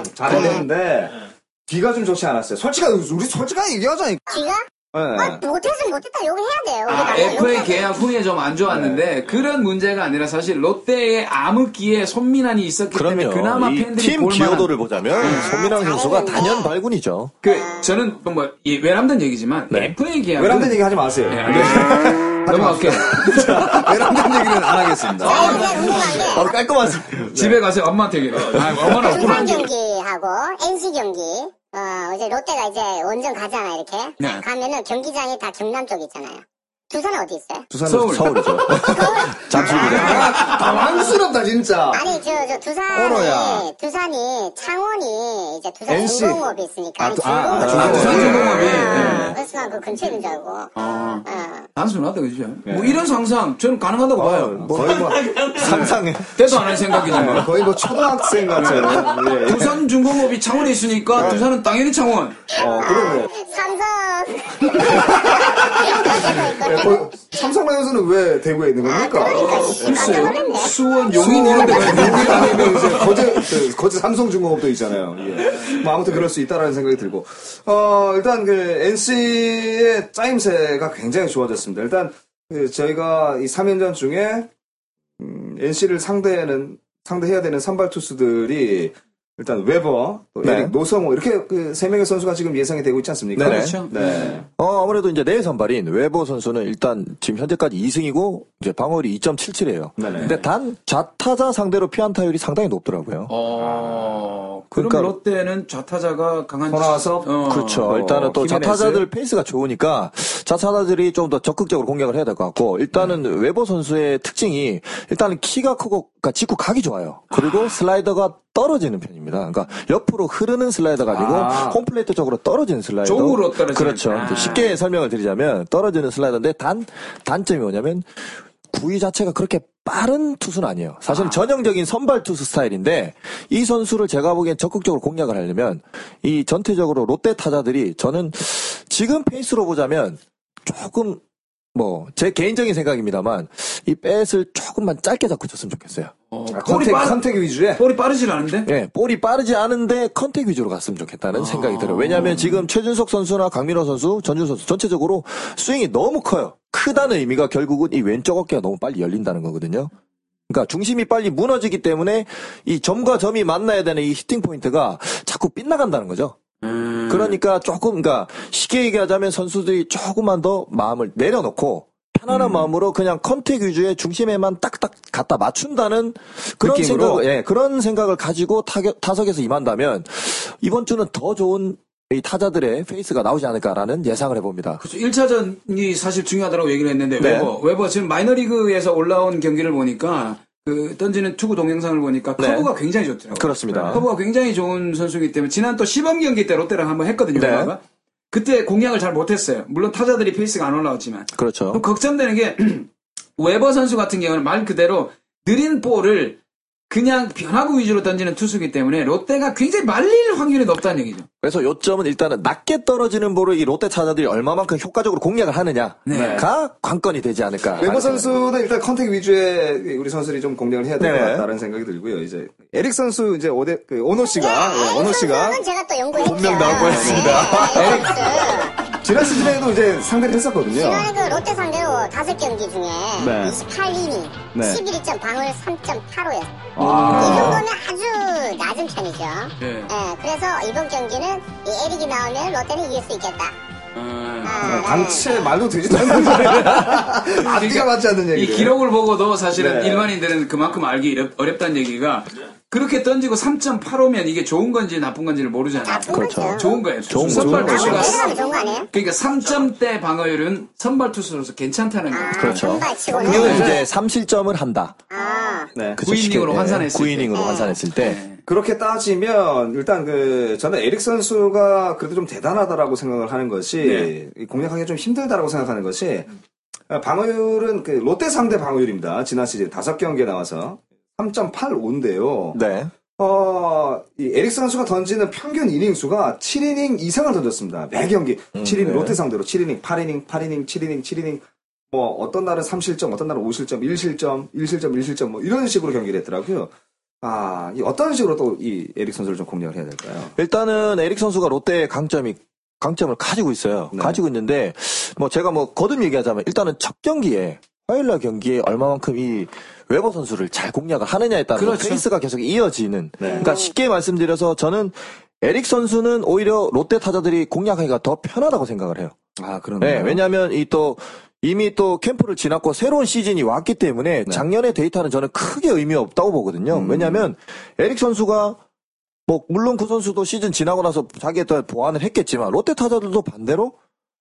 [SPEAKER 1] 이지.
[SPEAKER 2] 잘했는데 뒤가 좀 좋지 않았어요. 솔직하게 우리 솔직하게 얘기하자니까.
[SPEAKER 1] 귀가? 아,
[SPEAKER 2] 예.
[SPEAKER 1] 못해서 못했다 욕을 해야 돼요. 우리가
[SPEAKER 3] 아, FA
[SPEAKER 1] 욕해야 돼.
[SPEAKER 3] 계약 후에 좀 안 좋았는데 그런 문제가 아니라 사실 롯데의 암흑기에 손민환이 있었기 때문에
[SPEAKER 4] 그럼요.
[SPEAKER 3] 그나마
[SPEAKER 4] 이
[SPEAKER 3] 팬들이
[SPEAKER 4] 팀
[SPEAKER 3] 볼만한 네.
[SPEAKER 4] 기여도를 보자면 손민환 선수가
[SPEAKER 1] 잘했는데.
[SPEAKER 4] 단연 발군이죠.
[SPEAKER 3] 그 저는 뭐 예, 외람된 얘기지만 FA 계약
[SPEAKER 2] 외람된 얘기 하지 마세요.
[SPEAKER 3] 네, 넘어갈게요.
[SPEAKER 2] 외람된 얘기는 안 하겠습니다.
[SPEAKER 1] 아, 근데 궁금한 게
[SPEAKER 4] 아,
[SPEAKER 2] 네.
[SPEAKER 4] 깔끔하죠.
[SPEAKER 3] 집에 가서 엄마한테 얘기해. 아, 엄마는
[SPEAKER 1] 두산
[SPEAKER 3] 억울한데.
[SPEAKER 1] 경기하고 NC 경기. 어, 이제 롯데가 이제 원정 가잖아, 이렇게.
[SPEAKER 3] 네.
[SPEAKER 1] 가면은 경기장이 다 경남 쪽 있잖아요. 두산은 어디 있어요?
[SPEAKER 2] 두산은
[SPEAKER 3] 서울.
[SPEAKER 4] 서울이죠. 잠수부대.
[SPEAKER 2] 아, 당황스럽다 진짜.
[SPEAKER 1] 아니, 저, 저 두산이,
[SPEAKER 2] 언어야.
[SPEAKER 1] 두산이, 창원이 이제 두산
[SPEAKER 2] NC.
[SPEAKER 1] 중공업이 있으니까.
[SPEAKER 2] 아, 두- 아,
[SPEAKER 1] 중공업이
[SPEAKER 2] 아,
[SPEAKER 1] 있어요.
[SPEAKER 3] 두산 중공업이.
[SPEAKER 1] 아,
[SPEAKER 3] 네.
[SPEAKER 1] 그래서 난그 근처에 있는 줄 알고.
[SPEAKER 3] 아,
[SPEAKER 1] 어.
[SPEAKER 3] 단순하다 그죠? 뭐 이런 상상 저는 가능하다고
[SPEAKER 2] 어,
[SPEAKER 3] 봐요.
[SPEAKER 2] 거의 뭐
[SPEAKER 3] 아,
[SPEAKER 4] 상상해.
[SPEAKER 3] 때도 안 할
[SPEAKER 1] 아.
[SPEAKER 3] 생각이지만.
[SPEAKER 2] 거의 뭐 초등학생 같은. 예.
[SPEAKER 3] 두산 중공업이 창원에 있으니까 두산은 당연히 창원.
[SPEAKER 2] 어, 그러네.
[SPEAKER 1] 삼성. 어디서 있고.
[SPEAKER 2] 예, 거의 삼성 라이온즈는 왜 대구에 있는 겁니까?
[SPEAKER 1] 그러니까, 씨, 깜짝 놀랐네.
[SPEAKER 3] 수원 용인 이런 데가 있는데
[SPEAKER 2] 아니면 이제 거제 그, 거제 삼성중공업도 있잖아요. 예. 뭐 아무튼 그럴 수 있다라는 생각이 들고 어 일단 그 NC의 짜임새가 굉장히 좋아졌습니다. 일단 그 저희가 이 3연전 음, 중에 NC를 상대하는 상대해야 되는 선발 투수들이 일단 웨버, 또
[SPEAKER 4] 네.
[SPEAKER 2] 에릭, 노성호 이렇게 그 세 명의 선수가 지금 예상이 되고 있지 않습니까?
[SPEAKER 4] 네네.
[SPEAKER 3] 그렇죠.
[SPEAKER 2] 네.
[SPEAKER 4] 어, 아무래도 이제 내일 선발인 외보 선수는 일단 지금 현재까지 2승이고 이제 방어율이 2.77이에요.
[SPEAKER 2] 네네.
[SPEAKER 4] 근데 단 좌타자 상대로 피안타율이 상당히 높더라고요.
[SPEAKER 3] 어, 그럼
[SPEAKER 4] 그러니까-
[SPEAKER 3] 롯데는 좌타자가 강한
[SPEAKER 2] 돌아와서
[SPEAKER 3] 어.
[SPEAKER 4] 그렇죠.
[SPEAKER 2] 어,
[SPEAKER 4] 일단은 또
[SPEAKER 2] 히메네스.
[SPEAKER 4] 좌타자들 페이스가 좋으니까 좌타자들이 좀 더 적극적으로 공격을 해야 될 것 같고 일단은 외보 선수의 특징이 일단은 키가 크고 그러니까 직구 각이 좋아요. 그리고 슬라이더가 떨어지는 편입니다. 그러니까 옆으로 흐르는 슬라이더가 아니고
[SPEAKER 2] 아.
[SPEAKER 4] 홈플레이트 쪽으로 떨어지는 슬라이더.
[SPEAKER 3] 쪽으로 떨어지는.
[SPEAKER 4] 그렇죠.
[SPEAKER 3] 아.
[SPEAKER 4] 쉽게 설명을 드리자면 떨어지는 슬라이더인데 단 단점이 뭐냐면 구위 자체가 그렇게 빠른 투수는 아니에요. 사실 은 전형적인 선발 투수 스타일인데 이 선수를 제가 보기엔 적극적으로 공략을 하려면 이 전체적으로 롯데 타자들이 저는 지금 페이스로 보자면 조금 뭐 제 개인적인 생각입니다만 이 뱃을 조금만 짧게 잡고 쳤으면 좋겠어요.
[SPEAKER 3] 어,
[SPEAKER 2] 아,
[SPEAKER 3] 볼이
[SPEAKER 2] 컨택,
[SPEAKER 3] 빠르
[SPEAKER 2] 컨택 위주에
[SPEAKER 3] 볼이 빠르진 않은데.
[SPEAKER 4] 예, 볼이 빠르지 않은데 컨택 위주로 갔으면 좋겠다는 생각이 들어요. 왜냐하면 지금 최준석 선수나 강민호 선수, 전준 선수 전체적으로 스윙이 너무 커요. 크다는 의미가 결국은 이 왼쪽 어깨가 너무 빨리 열린다는 거거든요. 그러니까 중심이 빨리 무너지기 때문에 이 점과 점이 만나야 되는 이 히팅 포인트가 자꾸 빗나간다는 거죠.
[SPEAKER 3] 음,
[SPEAKER 4] 그러니까 조금 그러니까 쉽게 얘기하자면 선수들이 조금만 더 마음을 내려놓고 편안한 마음으로 그냥 컨택 위주의 중심에만 딱딱 갖다 맞춘다는 그런
[SPEAKER 2] 느낌으로?
[SPEAKER 4] 생각, 예, 그런 생각을 가지고 타격, 타석에서 임한다면 이번 주는 더 좋은 이 타자들의 페이스가 나오지 않을까라는 예상을 해봅니다.
[SPEAKER 3] 그렇죠. 1차전이 사실 중요하다고 얘기를 했는데
[SPEAKER 4] 네.
[SPEAKER 3] 웨버 웨버 지금 마이너리그에서 올라온 경기를 보니까 그 던지는 투구 동영상을 보니까
[SPEAKER 4] 네.
[SPEAKER 3] 커브가 굉장히 좋더라고요.
[SPEAKER 4] 그렇습니다.
[SPEAKER 3] 커브가 굉장히 좋은 선수이기 때문에 지난 또 시범 경기 때 롯데랑 한번 했거든요.
[SPEAKER 4] 네.
[SPEAKER 3] 웨버가. 그때 공략을 잘 못했어요. 물론 타자들이 페이스가 안 올라왔지만
[SPEAKER 4] 그렇죠.
[SPEAKER 3] 그럼 어, 걱정되는 게 웨버 선수 같은 경우는 말 그대로 느린 볼을 그냥 변화구 위주로 던지는 투수기 때문에 롯데가 굉장히 말릴 확률이 높다는 얘기죠.
[SPEAKER 4] 그래서 요점은 일단은 낮게 떨어지는 볼을 이 롯데 타자들이 얼마만큼 효과적으로 공략을 하느냐가
[SPEAKER 3] 네.
[SPEAKER 4] 관건이 되지 않을까.
[SPEAKER 2] 네, 외모 선수는 일단 컨택 위주의 우리 선수들이 좀 공략을 해야 될 것
[SPEAKER 4] 네네.
[SPEAKER 2] 같다는 생각이 들고요. 이제 에릭 선수 이제 오데 그 오너 씨가
[SPEAKER 1] 네,
[SPEAKER 2] 예, 오너 씨가
[SPEAKER 1] 는 아, 제가 또 연구했죠.
[SPEAKER 4] 본명 나올 뻔했습니다.
[SPEAKER 1] 네, 에릭 선수.
[SPEAKER 2] 지난 시즌에도 이제 상대를 했었거든요.
[SPEAKER 1] 지난해 그 롯데 상대로 다섯 경기 중에
[SPEAKER 2] 네.
[SPEAKER 1] 28이닝,
[SPEAKER 2] 네.
[SPEAKER 1] 11점 방울 3.85였어요. 이
[SPEAKER 2] 아,
[SPEAKER 1] 정도면 아주 낮은 편이죠.
[SPEAKER 3] 네.
[SPEAKER 1] 예, 그래서 이번 경기는 이 에릭이 나오면 롯데는 이길 수 있겠다. 아,
[SPEAKER 2] 네, 당체 말도 되지도 않는 소리를 앞뒤가 맞지 않는
[SPEAKER 3] 아, 그러니까 이
[SPEAKER 2] 얘기를.
[SPEAKER 3] 기록을 보고도 사실은
[SPEAKER 2] 네.
[SPEAKER 3] 일반인들은 그만큼 알기 어렵- 어렵다는 얘기가 그렇게 던지고 3.85면 이게 좋은 건지 나쁜 건지를 모르잖아요.
[SPEAKER 1] 나쁜
[SPEAKER 4] 그렇죠.
[SPEAKER 1] 거죠.
[SPEAKER 3] 좋은 거예요.
[SPEAKER 4] 좋은 거,
[SPEAKER 3] 선발
[SPEAKER 4] 좋은 거.
[SPEAKER 3] 투수가
[SPEAKER 1] 나쁜 면 좋은 거 아니에요?
[SPEAKER 3] 그러니까 3점대 방어율은 선발 투수로서 괜찮다는 거예요.
[SPEAKER 1] 아,
[SPEAKER 4] 그렇죠.
[SPEAKER 1] 선발 치고는.
[SPEAKER 4] 평균 이제 3실점을 한다.
[SPEAKER 1] 아,
[SPEAKER 2] 네.
[SPEAKER 4] 그쵸,
[SPEAKER 3] 네. 구이닝으로
[SPEAKER 4] 쉽게, 네.
[SPEAKER 3] 환산했을 네.
[SPEAKER 4] 구이닝으로
[SPEAKER 1] 때.
[SPEAKER 4] 환산했을 때.
[SPEAKER 2] 그렇게 따지면 일단 그 저는 에릭 선수가 그래도 좀 대단하다라고 생각을 하는 것이 이 공략하기 좀 힘들다라고 생각하는 것이 아, 방어율은 그 롯데 상대 방어율입니다. 지난 시즌 다섯 경기에 나와서 3.85인데요.
[SPEAKER 4] 네.
[SPEAKER 2] 어, 이 에릭 선수가 던지는 평균 이닝 수가 7이닝 이상을 던졌습니다. 매 경기 7이닝
[SPEAKER 4] 네.
[SPEAKER 2] 롯데 상대로 7이닝, 8이닝, 8이닝, 7이닝, 7이닝 뭐 어떤 날은 3실점, 어떤 날은 5실점, 1실점, 1실점, 1실점 뭐 이런 식으로 경기를 했더라고요. 아, 이 어떤 식으로 또 이 에릭 선수를 좀 공략을 해야 될까요?
[SPEAKER 4] 일단은 에릭 선수가 롯데의 강점이 강점을 가지고 있어요.
[SPEAKER 2] 네.
[SPEAKER 4] 가지고 있는데 뭐 제가 뭐 거듭 얘기하자면 일단은 첫 경기에 화요일 날 경기에 얼마만큼 이 외버 선수를 잘 공략을 하느냐에 따라 서
[SPEAKER 3] 그렇죠. 네.
[SPEAKER 4] 페이스가 계속 이어지는. 그러니까 쉽게 말씀드려서 저는 에릭 선수는 오히려 롯데 타자들이 공략하기가 더 편하다고 생각을 해요.
[SPEAKER 2] 아,
[SPEAKER 4] 네,
[SPEAKER 2] 그런데
[SPEAKER 4] 왜냐하면 이 또 이미 또 캠프를 지났고 새로운 시즌이 왔기 때문에 작년의 데이터는 저는 크게 의미 없다고 보거든요. 왜냐하면 에릭 선수가 뭐 물론 그 선수도 시즌 지나고 나서 자기의 또 보완을 했겠지만 롯데 타자들도 반대로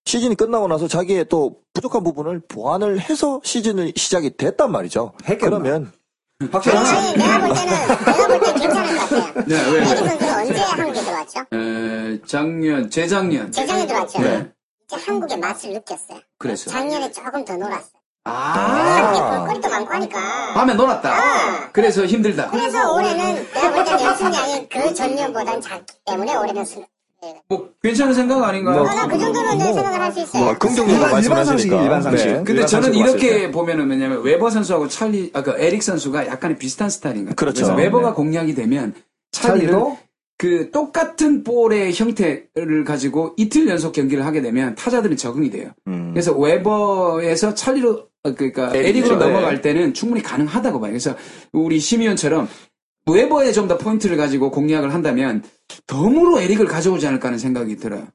[SPEAKER 4] 시즌이 끝나고 나서 자기의 또 부족한 부분을 보완을 해서 시즌이 시작이 됐단 말이죠.
[SPEAKER 2] 했겠나?
[SPEAKER 4] 그러면
[SPEAKER 2] 확실히
[SPEAKER 1] 아니, 내가 볼 때는, 내가 볼 때 괜찮은 것 같아요.
[SPEAKER 3] 네, 왜,
[SPEAKER 1] 에릭
[SPEAKER 3] 왜.
[SPEAKER 1] 선수가 언제 한국에 들어왔죠?
[SPEAKER 3] 에, 작년, 재작년.
[SPEAKER 1] 재작년에 들어왔죠.
[SPEAKER 3] 네.
[SPEAKER 1] 이제 한국의 맛을 느꼈어요.
[SPEAKER 3] 그래서.
[SPEAKER 1] 작년에 조금 더 놀았어요.
[SPEAKER 3] 아,
[SPEAKER 1] 이게 볼거리도 많고 하니까.
[SPEAKER 3] 밤에
[SPEAKER 2] 아.
[SPEAKER 3] 놀았다. 그래서
[SPEAKER 2] 네.
[SPEAKER 3] 힘들다.
[SPEAKER 1] 그래서 올해는 내가 볼 때는 연습량이 그 전년보단 작기 때문에 올해는 승.
[SPEAKER 3] 뭐, 괜찮은 생각 아닌가요?
[SPEAKER 1] 아, 나그 정도는 내 생각을 할 수 있어요.
[SPEAKER 4] 뭐 긍정적으로
[SPEAKER 2] 아, 일반- 일반
[SPEAKER 4] 말씀하시니까
[SPEAKER 2] 상식이에요, 일반 상식.
[SPEAKER 4] 네.
[SPEAKER 3] 근데
[SPEAKER 2] 일반
[SPEAKER 3] 저는
[SPEAKER 2] 선수로 봤을
[SPEAKER 3] 이렇게 보면은 왜냐면 웨버 선수하고 찰리 아그 에릭 선수가 약간의 비슷한 스타일인가.
[SPEAKER 4] 그렇죠.
[SPEAKER 3] 그래서 웨버가 공략이 되면 찰리도
[SPEAKER 2] 찰리도?
[SPEAKER 3] 그 똑같은 볼의 형태를 가지고 이틀 연속 경기를 하게 되면 타자들은 적응이 돼요. 그래서 웨버에서 찰리로 아, 그러니까
[SPEAKER 4] 에릭이죠.
[SPEAKER 3] 에릭으로
[SPEAKER 4] 네.
[SPEAKER 3] 넘어갈 때는 충분히 가능하다고 봐요. 그래서 우리 심의원처럼 외버에 좀 더 포인트를 가지고 공략을 한다면 덤으로 에릭을 가져오지 않을까 하는 생각이 들어요.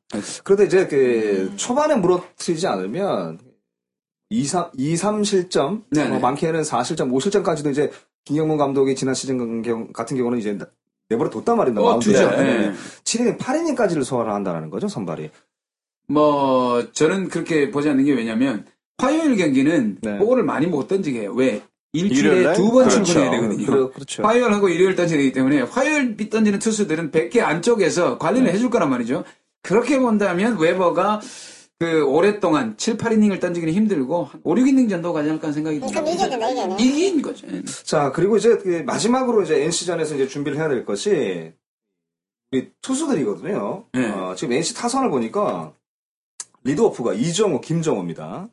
[SPEAKER 2] 그런데 이제 그 초반에 무너뜨리지 않으면 2, 3, 2, 3실점, 뭐
[SPEAKER 3] 네네.
[SPEAKER 2] 많게는 4실점, 5실점까지도 이제 김경문 감독이 지난 시즌 경- 같은 경우는 이제 내버려 뒀단 말입니다.
[SPEAKER 3] 어,
[SPEAKER 2] 마운드에.
[SPEAKER 3] 두죠.
[SPEAKER 2] 네.
[SPEAKER 3] 예.
[SPEAKER 2] 7이닝, 8이닝까지를 소화를 한다는 거죠, 선발이.
[SPEAKER 3] 뭐 저는 그렇게 보지 않는 게 왜냐면 화요일 경기는
[SPEAKER 2] 네.
[SPEAKER 3] 볼을 많이 못 던지게 해요. 왜
[SPEAKER 4] 일요일
[SPEAKER 3] 일주일에
[SPEAKER 4] 날?
[SPEAKER 3] 두 번
[SPEAKER 4] 그렇죠.
[SPEAKER 3] 출근해야 되거든요.
[SPEAKER 2] 그러- 그렇죠.
[SPEAKER 3] 화요일하고 일요일 던지기 되기 때문에 화요일 빗 던지는 투수들은 100개 안쪽에서 관리를 해줄 거란 말이죠. 그렇게 본다면 웨버가 그 오랫동안 7, 8이닝을 던지기는 힘들고 한 5, 6이닝 정도 가지 않을까 하는 생각이
[SPEAKER 1] 음, 그럼
[SPEAKER 3] 듭니다.
[SPEAKER 1] 이겨야 된다, 이겨야 돼.
[SPEAKER 3] 이긴 거죠. 예.
[SPEAKER 2] 자, 그리고 이제 그 마지막으로 이제 NC전에서 이제 준비를 해야 될 것이 우리 투수들이거든요.
[SPEAKER 3] 네.
[SPEAKER 2] 어, 지금 NC 타선을 보니까 리드오프가 이정우, 김정우입니다.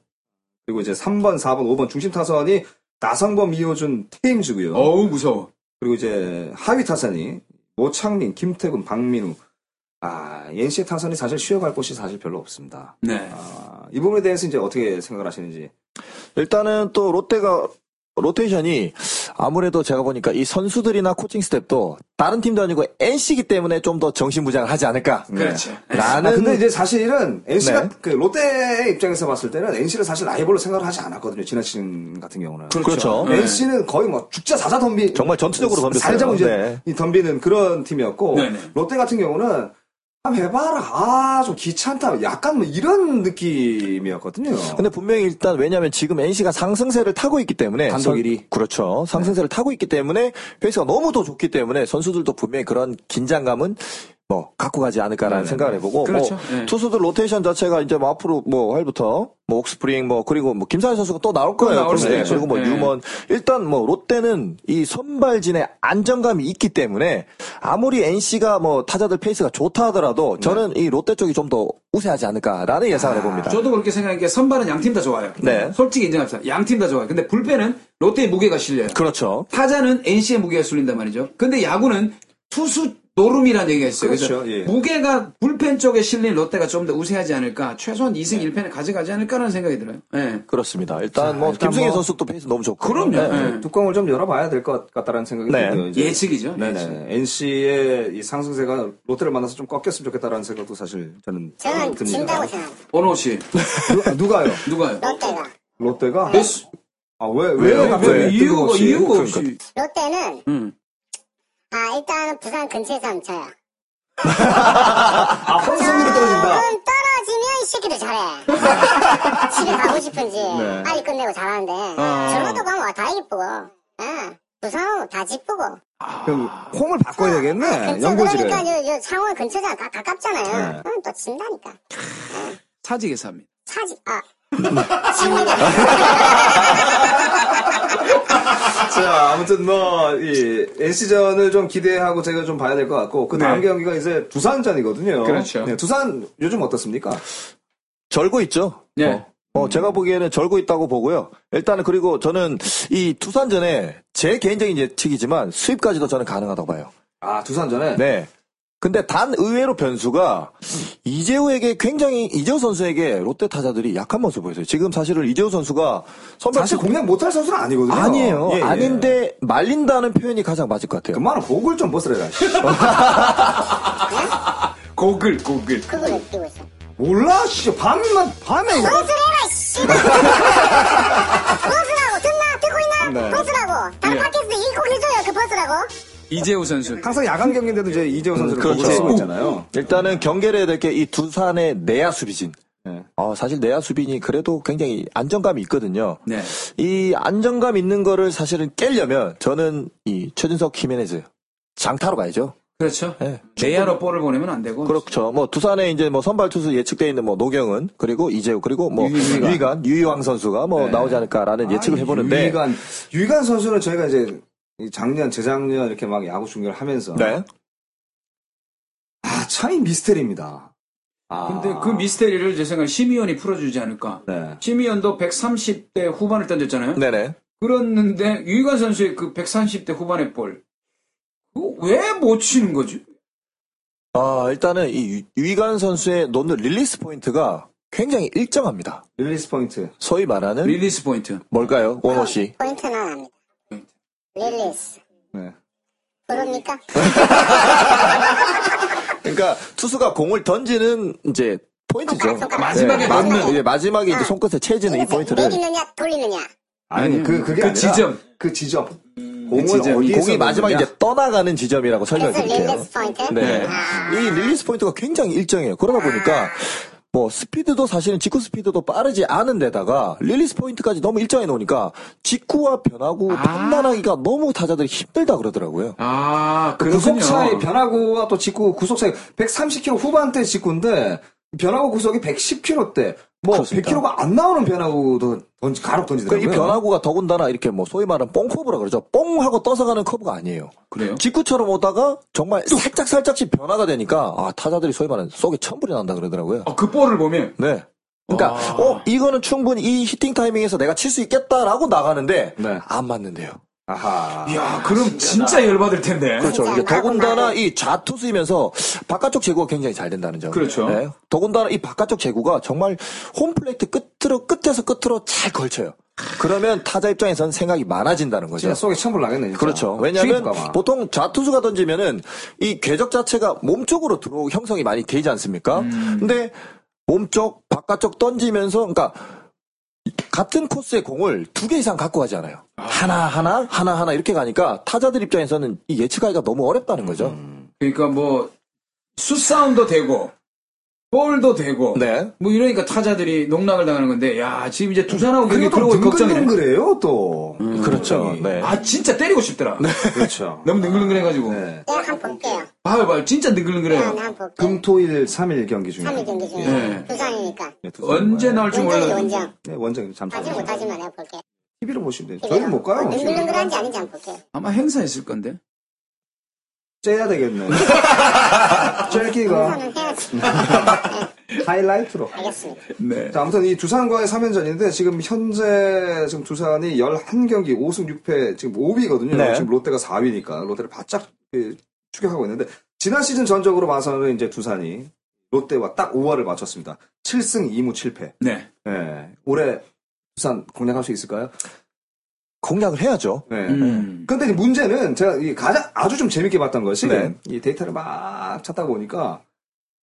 [SPEAKER 2] 그리고 이제 3번, 4번, 5번 중심 타선이 나성범, 이호준, 테임즈고요.
[SPEAKER 3] 어우 무서워.
[SPEAKER 2] 그리고 이제 하위 타선이 노창민, 김태군, 박민우. 아, NC 타선이 사실 쉬어갈 곳이 사실 별로 없습니다.
[SPEAKER 3] 네.
[SPEAKER 2] 아, 이 부분에 대해서 이제 어떻게 생각을 하시는지.
[SPEAKER 4] 일단은 또 롯데가 로테이션이 아무래도 제가 보니까 이 선수들이나 코칭 스텝도 다른 팀도 아니고 NC이기 때문에 좀 더 정신부장을 하지 않을까.
[SPEAKER 3] 그렇죠.
[SPEAKER 2] 아,
[SPEAKER 4] 라는
[SPEAKER 2] 근데 이제 사실은 NC가
[SPEAKER 4] 네.
[SPEAKER 2] 그 롯데의 입장에서 봤을 때는 NC를 사실 라이벌로 생각을 하지 않았거든요. 지난 시즌 같은 경우는.
[SPEAKER 4] 그렇죠.
[SPEAKER 3] 네.
[SPEAKER 2] NC는 거의 뭐 죽자 자자 덤비
[SPEAKER 4] 정말 전투적으로 덤볐어요.
[SPEAKER 2] 살자 문제
[SPEAKER 4] 네.
[SPEAKER 2] 이 덤비는 그런 팀이었고
[SPEAKER 3] 네네.
[SPEAKER 2] 롯데 같은 경우는 한번 해봐라 아좀 귀찮다 약간 뭐 이런 느낌이었거든요.
[SPEAKER 4] 근데 분명히 일단 왜냐하면 지금 NC가 상승세를 타고 있기 때문에
[SPEAKER 2] 단독
[SPEAKER 4] 선-
[SPEAKER 2] 일위.
[SPEAKER 4] 그렇죠 상승세를 타고 있기 때문에 페이스가 너무 더 좋기 때문에 선수들도 분명히 그런 긴장감은 뭐 갖고 가지 않을까라는
[SPEAKER 2] 네네.
[SPEAKER 4] 생각을 해보고
[SPEAKER 3] 그렇죠.
[SPEAKER 4] 뭐
[SPEAKER 3] 네.
[SPEAKER 4] 투수들 로테이션 자체가 이제 뭐 앞으로 뭐 화요일부터 뭐 옥스프링 뭐 그리고 뭐 김상현 선수가 또 나올 거예요
[SPEAKER 3] 나올 수도
[SPEAKER 4] 그런데
[SPEAKER 3] 있죠.
[SPEAKER 4] 그리고 뭐
[SPEAKER 3] 네.
[SPEAKER 4] 유먼 일단 뭐 롯데는 이 선발진의 안정감이 있기 때문에 아무리 NC가 뭐 타자들 페이스가 좋다 하더라도 저는
[SPEAKER 3] 네.
[SPEAKER 4] 이 롯데 쪽이 좀 더 우세하지 않을까라는
[SPEAKER 3] 아.
[SPEAKER 4] 예상을 해봅니다.
[SPEAKER 3] 저도 그렇게 생각하는 게 선발은 양 팀 다 좋아요.
[SPEAKER 4] 아, 네.
[SPEAKER 3] 솔직히 인정합시다. 양 팀 다 좋아요. 근데 불펜은 롯데의 무게가 실려요.
[SPEAKER 4] 그렇죠.
[SPEAKER 3] 타자는 NC의 무게가 쏠린단 말이죠. 근데 야구는 투수 노름이라는 얘기가 있어요.
[SPEAKER 2] 그렇죠,
[SPEAKER 3] 그래서
[SPEAKER 2] 예.
[SPEAKER 3] 무게가 불펜 쪽에 실린 롯데가 좀 더 우세하지 않을까. 최소한 2승
[SPEAKER 2] 네.
[SPEAKER 3] 1패는 가져가지 않을까라는 생각이 들어요. 예.
[SPEAKER 4] 그렇습니다. 일단
[SPEAKER 2] 자,
[SPEAKER 4] 뭐
[SPEAKER 2] 일단
[SPEAKER 4] 김승희
[SPEAKER 2] 뭐-
[SPEAKER 4] 선수도 페이스 너무 좋고.
[SPEAKER 3] 그럼요.
[SPEAKER 2] 어,
[SPEAKER 4] 네.
[SPEAKER 3] 예.
[SPEAKER 2] 뚜껑을 좀 열어봐야 될 것 같다라는 생각이
[SPEAKER 4] 네.
[SPEAKER 2] 들고요. 이제.
[SPEAKER 3] 예측이죠. 예측.
[SPEAKER 2] 네네. NC의 이 상승세가 롯데를 만나서 좀 꺾였으면 좋겠다라는 생각도 사실 저는
[SPEAKER 1] 저는
[SPEAKER 2] 듭니다.
[SPEAKER 1] 진다고 생각합니다.
[SPEAKER 3] 원호 씨
[SPEAKER 2] 누- 누가요?
[SPEAKER 3] 누가요?
[SPEAKER 1] 롯데가.
[SPEAKER 2] 롯데가?
[SPEAKER 3] 예스.
[SPEAKER 2] 아왜
[SPEAKER 4] 왜요?
[SPEAKER 2] 왜요? 갑자기
[SPEAKER 4] 왜?
[SPEAKER 3] 이유가
[SPEAKER 2] 뜬금없이?
[SPEAKER 3] 이유가
[SPEAKER 2] 네. 그러니까.
[SPEAKER 3] 없이.
[SPEAKER 1] 롯데는,
[SPEAKER 3] 음.
[SPEAKER 1] 아, 일단은 부산 근처에서 하면 져요.
[SPEAKER 2] 아 혼성으로 떨어진다.
[SPEAKER 1] 조금 떨어지면 이 새끼들 잘해. 집에 가고 싶은지
[SPEAKER 2] 네.
[SPEAKER 1] 빨리 끝내고 잘하는데
[SPEAKER 2] 어.
[SPEAKER 3] 아.
[SPEAKER 1] 전라도 가면 다 이쁘고 예. 부산하고 다 지쁘고
[SPEAKER 2] 그럼 홈을 바꿔야 되겠네. 연고지를.
[SPEAKER 1] 그러니까 요, 요 창원 근처잖아 가, 가깝잖아요
[SPEAKER 2] 네.
[SPEAKER 1] 그럼 또 진다니까
[SPEAKER 3] 사직에서 합니다.
[SPEAKER 1] 사지 아 집니다
[SPEAKER 2] 자, 아무튼 뭐, 이, NC전을 좀 기대하고 제가 좀 봐야 될 것 같고, 그 다음
[SPEAKER 3] 네.
[SPEAKER 2] 경기가 이제 두산전이거든요.
[SPEAKER 3] 그렇죠.
[SPEAKER 2] 네, 두산 요즘 어떻습니까?
[SPEAKER 4] 절고 있죠.
[SPEAKER 3] 네.
[SPEAKER 4] 어. 어, 제가 보기에는 절고 있다고 보고요. 일단은 그리고 저는 이 투산전에 제 개인적인 예측이지만 수입까지도 저는 가능하다고 봐요.
[SPEAKER 2] 아, 두산전에?
[SPEAKER 4] 네. 근데 단 의외로 변수가 이재우에게 굉장히 이재우 선수에게 롯데 타자들이 약한 모습 보였어요. 지금 사실은 이재우 선수가 선발
[SPEAKER 2] 사실 공략 못할 선수는 아니거든요.
[SPEAKER 4] 아니에요.
[SPEAKER 2] 예, 예.
[SPEAKER 4] 아닌데 말린다는 표현이 가장 맞을 것 같아요.
[SPEAKER 2] 그만한 곡을 좀 벗으래라. 씨.
[SPEAKER 3] 고글 고글.
[SPEAKER 1] 그걸 느끼고 있어
[SPEAKER 2] 몰라, 씨. 밤만, 밤에. 이거.
[SPEAKER 1] 공수를 해라 씨발 버스라고 듣나 듣고 있나 버스라고 다른
[SPEAKER 3] 예.
[SPEAKER 1] 팟캐스트 일곡 해줘요 그 버스라고
[SPEAKER 3] 이재우 선수.
[SPEAKER 2] 항상 야간 경기인데도 이제 이재호 선수를
[SPEAKER 4] 그렇죠.
[SPEAKER 2] 보고 쓰고 있잖아요.
[SPEAKER 4] 일단은 경계를 해야 될 게 이 두산의 내야 수비진.
[SPEAKER 2] 네.
[SPEAKER 4] 어, 사실 내야 수빈이 그래도 굉장히 안정감이 있거든요.
[SPEAKER 3] 네.
[SPEAKER 4] 이 안정감 있는 거를 사실은 깨려면 저는 이 최진석 히메네즈 장타로 가야죠.
[SPEAKER 3] 그렇죠.
[SPEAKER 4] 네.
[SPEAKER 3] 내야로 볼을 보내면 안 되고.
[SPEAKER 4] 그렇죠. 뭐 두산에 이제 뭐 선발 투수 예측돼 있는 뭐 노경은 그리고 이재우 그리고 뭐
[SPEAKER 3] 유희관. 네. 아,
[SPEAKER 4] 유희관, 유희왕 선수가 뭐 나오지 않을까라는 예측을 해보는데
[SPEAKER 2] 아, 유이간, 유이간 선수는 저희가 이제 이 작년, 재작년 이렇게 막 야구 중계를 하면서.
[SPEAKER 4] 네.
[SPEAKER 2] 아, 참이 미스테리입니다. 아.
[SPEAKER 3] 근데 그 미스테리를 제 생각에 심의원이 풀어주지 않을까.
[SPEAKER 2] 네.
[SPEAKER 3] 심의원도 130대 후반을 던졌잖아요.
[SPEAKER 4] 네네.
[SPEAKER 3] 그랬는데 유희관 선수의 그 130대 후반의 볼. 왜 못 치는 거지?
[SPEAKER 4] 아, 일단은 이 유- 유희관 선수의 놓는 릴리스 포인트가 굉장히 일정합니다.
[SPEAKER 2] 릴리스 포인트.
[SPEAKER 4] 소위 말하는
[SPEAKER 3] 릴리스 포인트.
[SPEAKER 4] 뭘까요? 원호 씨.
[SPEAKER 1] 포인트는 안 합니다 릴리스
[SPEAKER 2] 네.
[SPEAKER 1] 그럽니까?
[SPEAKER 4] 그러니까 투수가 공을 던지는 이제 포인트죠.
[SPEAKER 1] 손가락, 손가락.
[SPEAKER 3] 마지막에 넣는.
[SPEAKER 4] 예, 마지막에 이제
[SPEAKER 1] 아.
[SPEAKER 4] 손끝에 채지는 이 포인트를
[SPEAKER 1] 내리느냐 돌리느냐.
[SPEAKER 2] 아니, 그, 그게 아니라
[SPEAKER 3] 지점. 음, 그
[SPEAKER 2] 그 지점.
[SPEAKER 4] 공을
[SPEAKER 2] 지점.
[SPEAKER 4] 어디에서
[SPEAKER 2] 공이
[SPEAKER 4] 공이 마지막에
[SPEAKER 2] 넣느냐?
[SPEAKER 3] 아.
[SPEAKER 2] 그
[SPEAKER 4] 이제 떠나가는 지점이라고 설명을
[SPEAKER 1] 그래서
[SPEAKER 4] 드릴게요.
[SPEAKER 1] 릴리스 포인트.
[SPEAKER 4] 네.
[SPEAKER 1] 아.
[SPEAKER 4] 이 릴리스 포인트가 굉장히 일정해요. 그러다 보니까 뭐 스피드도 사실은 직구 스피드도 빠르지 않은 데다가 릴리스 포인트까지 너무 일정해 놓으니까 직구와 변화구 판단하기가 너무 타자들이 힘들다 그러더라고요.
[SPEAKER 3] 아, 그렇군요.
[SPEAKER 2] 구속 차이, 변화구와 또 직구 구속 차이. 130km 후반대 직구인데, 변화구 구속이 110km대. 뭐,
[SPEAKER 4] 그렇습니다.
[SPEAKER 2] 100km가 안 나오는 변화구도 던지, 간혹
[SPEAKER 4] 그러니까
[SPEAKER 2] 던지더라고요.
[SPEAKER 4] 이 변화구가 더군다나 이렇게 뭐 소위 말하는 뻥 커브라 그러죠. 뻥 하고 떠서 가는 커브가 아니에요.
[SPEAKER 3] 그래요?
[SPEAKER 4] 직구처럼 오다가 정말 살짝 살짝씩 변화가 되니까 아 타자들이 소위 말하는 속에 천불이 난다 그러더라고요.
[SPEAKER 3] 아, 그 볼을 보면.
[SPEAKER 4] 네. 그러니까
[SPEAKER 3] 아.
[SPEAKER 4] 어 이거는 충분히 이 히팅 타이밍에서 내가 칠 수 있겠다라고 나가는데
[SPEAKER 2] 네.
[SPEAKER 4] 안 맞는데요.
[SPEAKER 2] 아하.
[SPEAKER 3] 이야, 그럼 진짜 열받을 텐데.
[SPEAKER 4] 그렇죠.
[SPEAKER 1] 진짜
[SPEAKER 4] 이게 더군다나
[SPEAKER 1] 나가고
[SPEAKER 4] 이 좌투수이면서 바깥쪽 제구가 굉장히 잘 된다는 점.
[SPEAKER 3] 그렇죠.
[SPEAKER 4] 더군다나 이 바깥쪽 제구가 정말 홈플레이트 끝으로 끝에서 끝으로 잘 걸쳐요. 그러면 타자 입장에서는 생각이 많아진다는 거죠.
[SPEAKER 2] 진짜 속에 천불 나겠네. 진짜.
[SPEAKER 4] 그렇죠. 왜냐하면
[SPEAKER 2] 튀길까 봐.
[SPEAKER 4] 보통 좌투수가 던지면은 이 궤적 자체가 몸쪽으로 들어오고 형성이 많이 되지 않습니까? 근데 몸쪽 바깥쪽 던지면서 그러니까 같은 코스의 공을 두 개 이상 갖고 가지 않아요. 하나 하나 하나 하나 이렇게 가니까 타자들 입장에서는 이 예측하기가 너무 어렵다는 거죠.
[SPEAKER 3] 그러니까 뭐, 수싸움도 되고, 볼도 되고.
[SPEAKER 4] 네.
[SPEAKER 3] 뭐 이러니까 타자들이 농락을 당하는 건데, 야, 지금 이제 두산하고 경기
[SPEAKER 2] 그리고 또
[SPEAKER 3] 그러고 걱정이네.
[SPEAKER 2] 둥글둥글해요, 또.
[SPEAKER 4] 그렇죠. 네.
[SPEAKER 3] 아, 진짜 때리고 싶더라.
[SPEAKER 2] 그렇죠.
[SPEAKER 3] 너무 능글능글해가지고.
[SPEAKER 2] 네.
[SPEAKER 1] 내가 한번 볼게요.
[SPEAKER 3] 봐요, 봐요. 진짜
[SPEAKER 1] 내가
[SPEAKER 3] 능글능글해요.
[SPEAKER 1] 한번 볼게요.
[SPEAKER 2] 금토일 3일 경기 중에.
[SPEAKER 1] 3일 경기 중에
[SPEAKER 3] 네.
[SPEAKER 1] 부산이니까
[SPEAKER 2] 네, 두 사람
[SPEAKER 3] 언제
[SPEAKER 2] 거예요.
[SPEAKER 3] 나올지
[SPEAKER 1] 원정이
[SPEAKER 3] 몰라.
[SPEAKER 1] 원정
[SPEAKER 2] 네, 원정 잠시.
[SPEAKER 1] 가지 못하지만 내가 볼게요 그
[SPEAKER 2] TV로 보시면 돼요. 저희는 못 가요.
[SPEAKER 1] 네.
[SPEAKER 2] 지금.
[SPEAKER 1] 능글능글한지 아닌지 한번 볼게요
[SPEAKER 3] 아마 행사 있을 건데.
[SPEAKER 2] 째야 되겠네. 짤기가
[SPEAKER 1] 부산은 해야지
[SPEAKER 2] 하이라이트로.
[SPEAKER 1] 알겠습니다
[SPEAKER 3] 네.
[SPEAKER 2] 자, 아무튼 이 두산과의 3연전인데 지금 현재 지금 두산이 11경기 5승 6패 지금 5위거든요.
[SPEAKER 4] 네.
[SPEAKER 2] 지금 롯데가 4위니까 롯데를 바짝 예, 추격하고 있는데 지난 시즌 전적으로 봐서는 이제 두산이 롯데와 딱 5화를 맞췄습니다. 7승 2무 7패.
[SPEAKER 3] 네.
[SPEAKER 2] 예. 올해 두산 공략할 수 있을까요?
[SPEAKER 4] 공략을 해야죠.
[SPEAKER 2] 예.
[SPEAKER 3] 음.
[SPEAKER 2] 근데 이제 문제는 제가 이 가장 아주 좀 재밌게 봤던 것이
[SPEAKER 4] 네.
[SPEAKER 2] 이 데이터를 막 찾다 보니까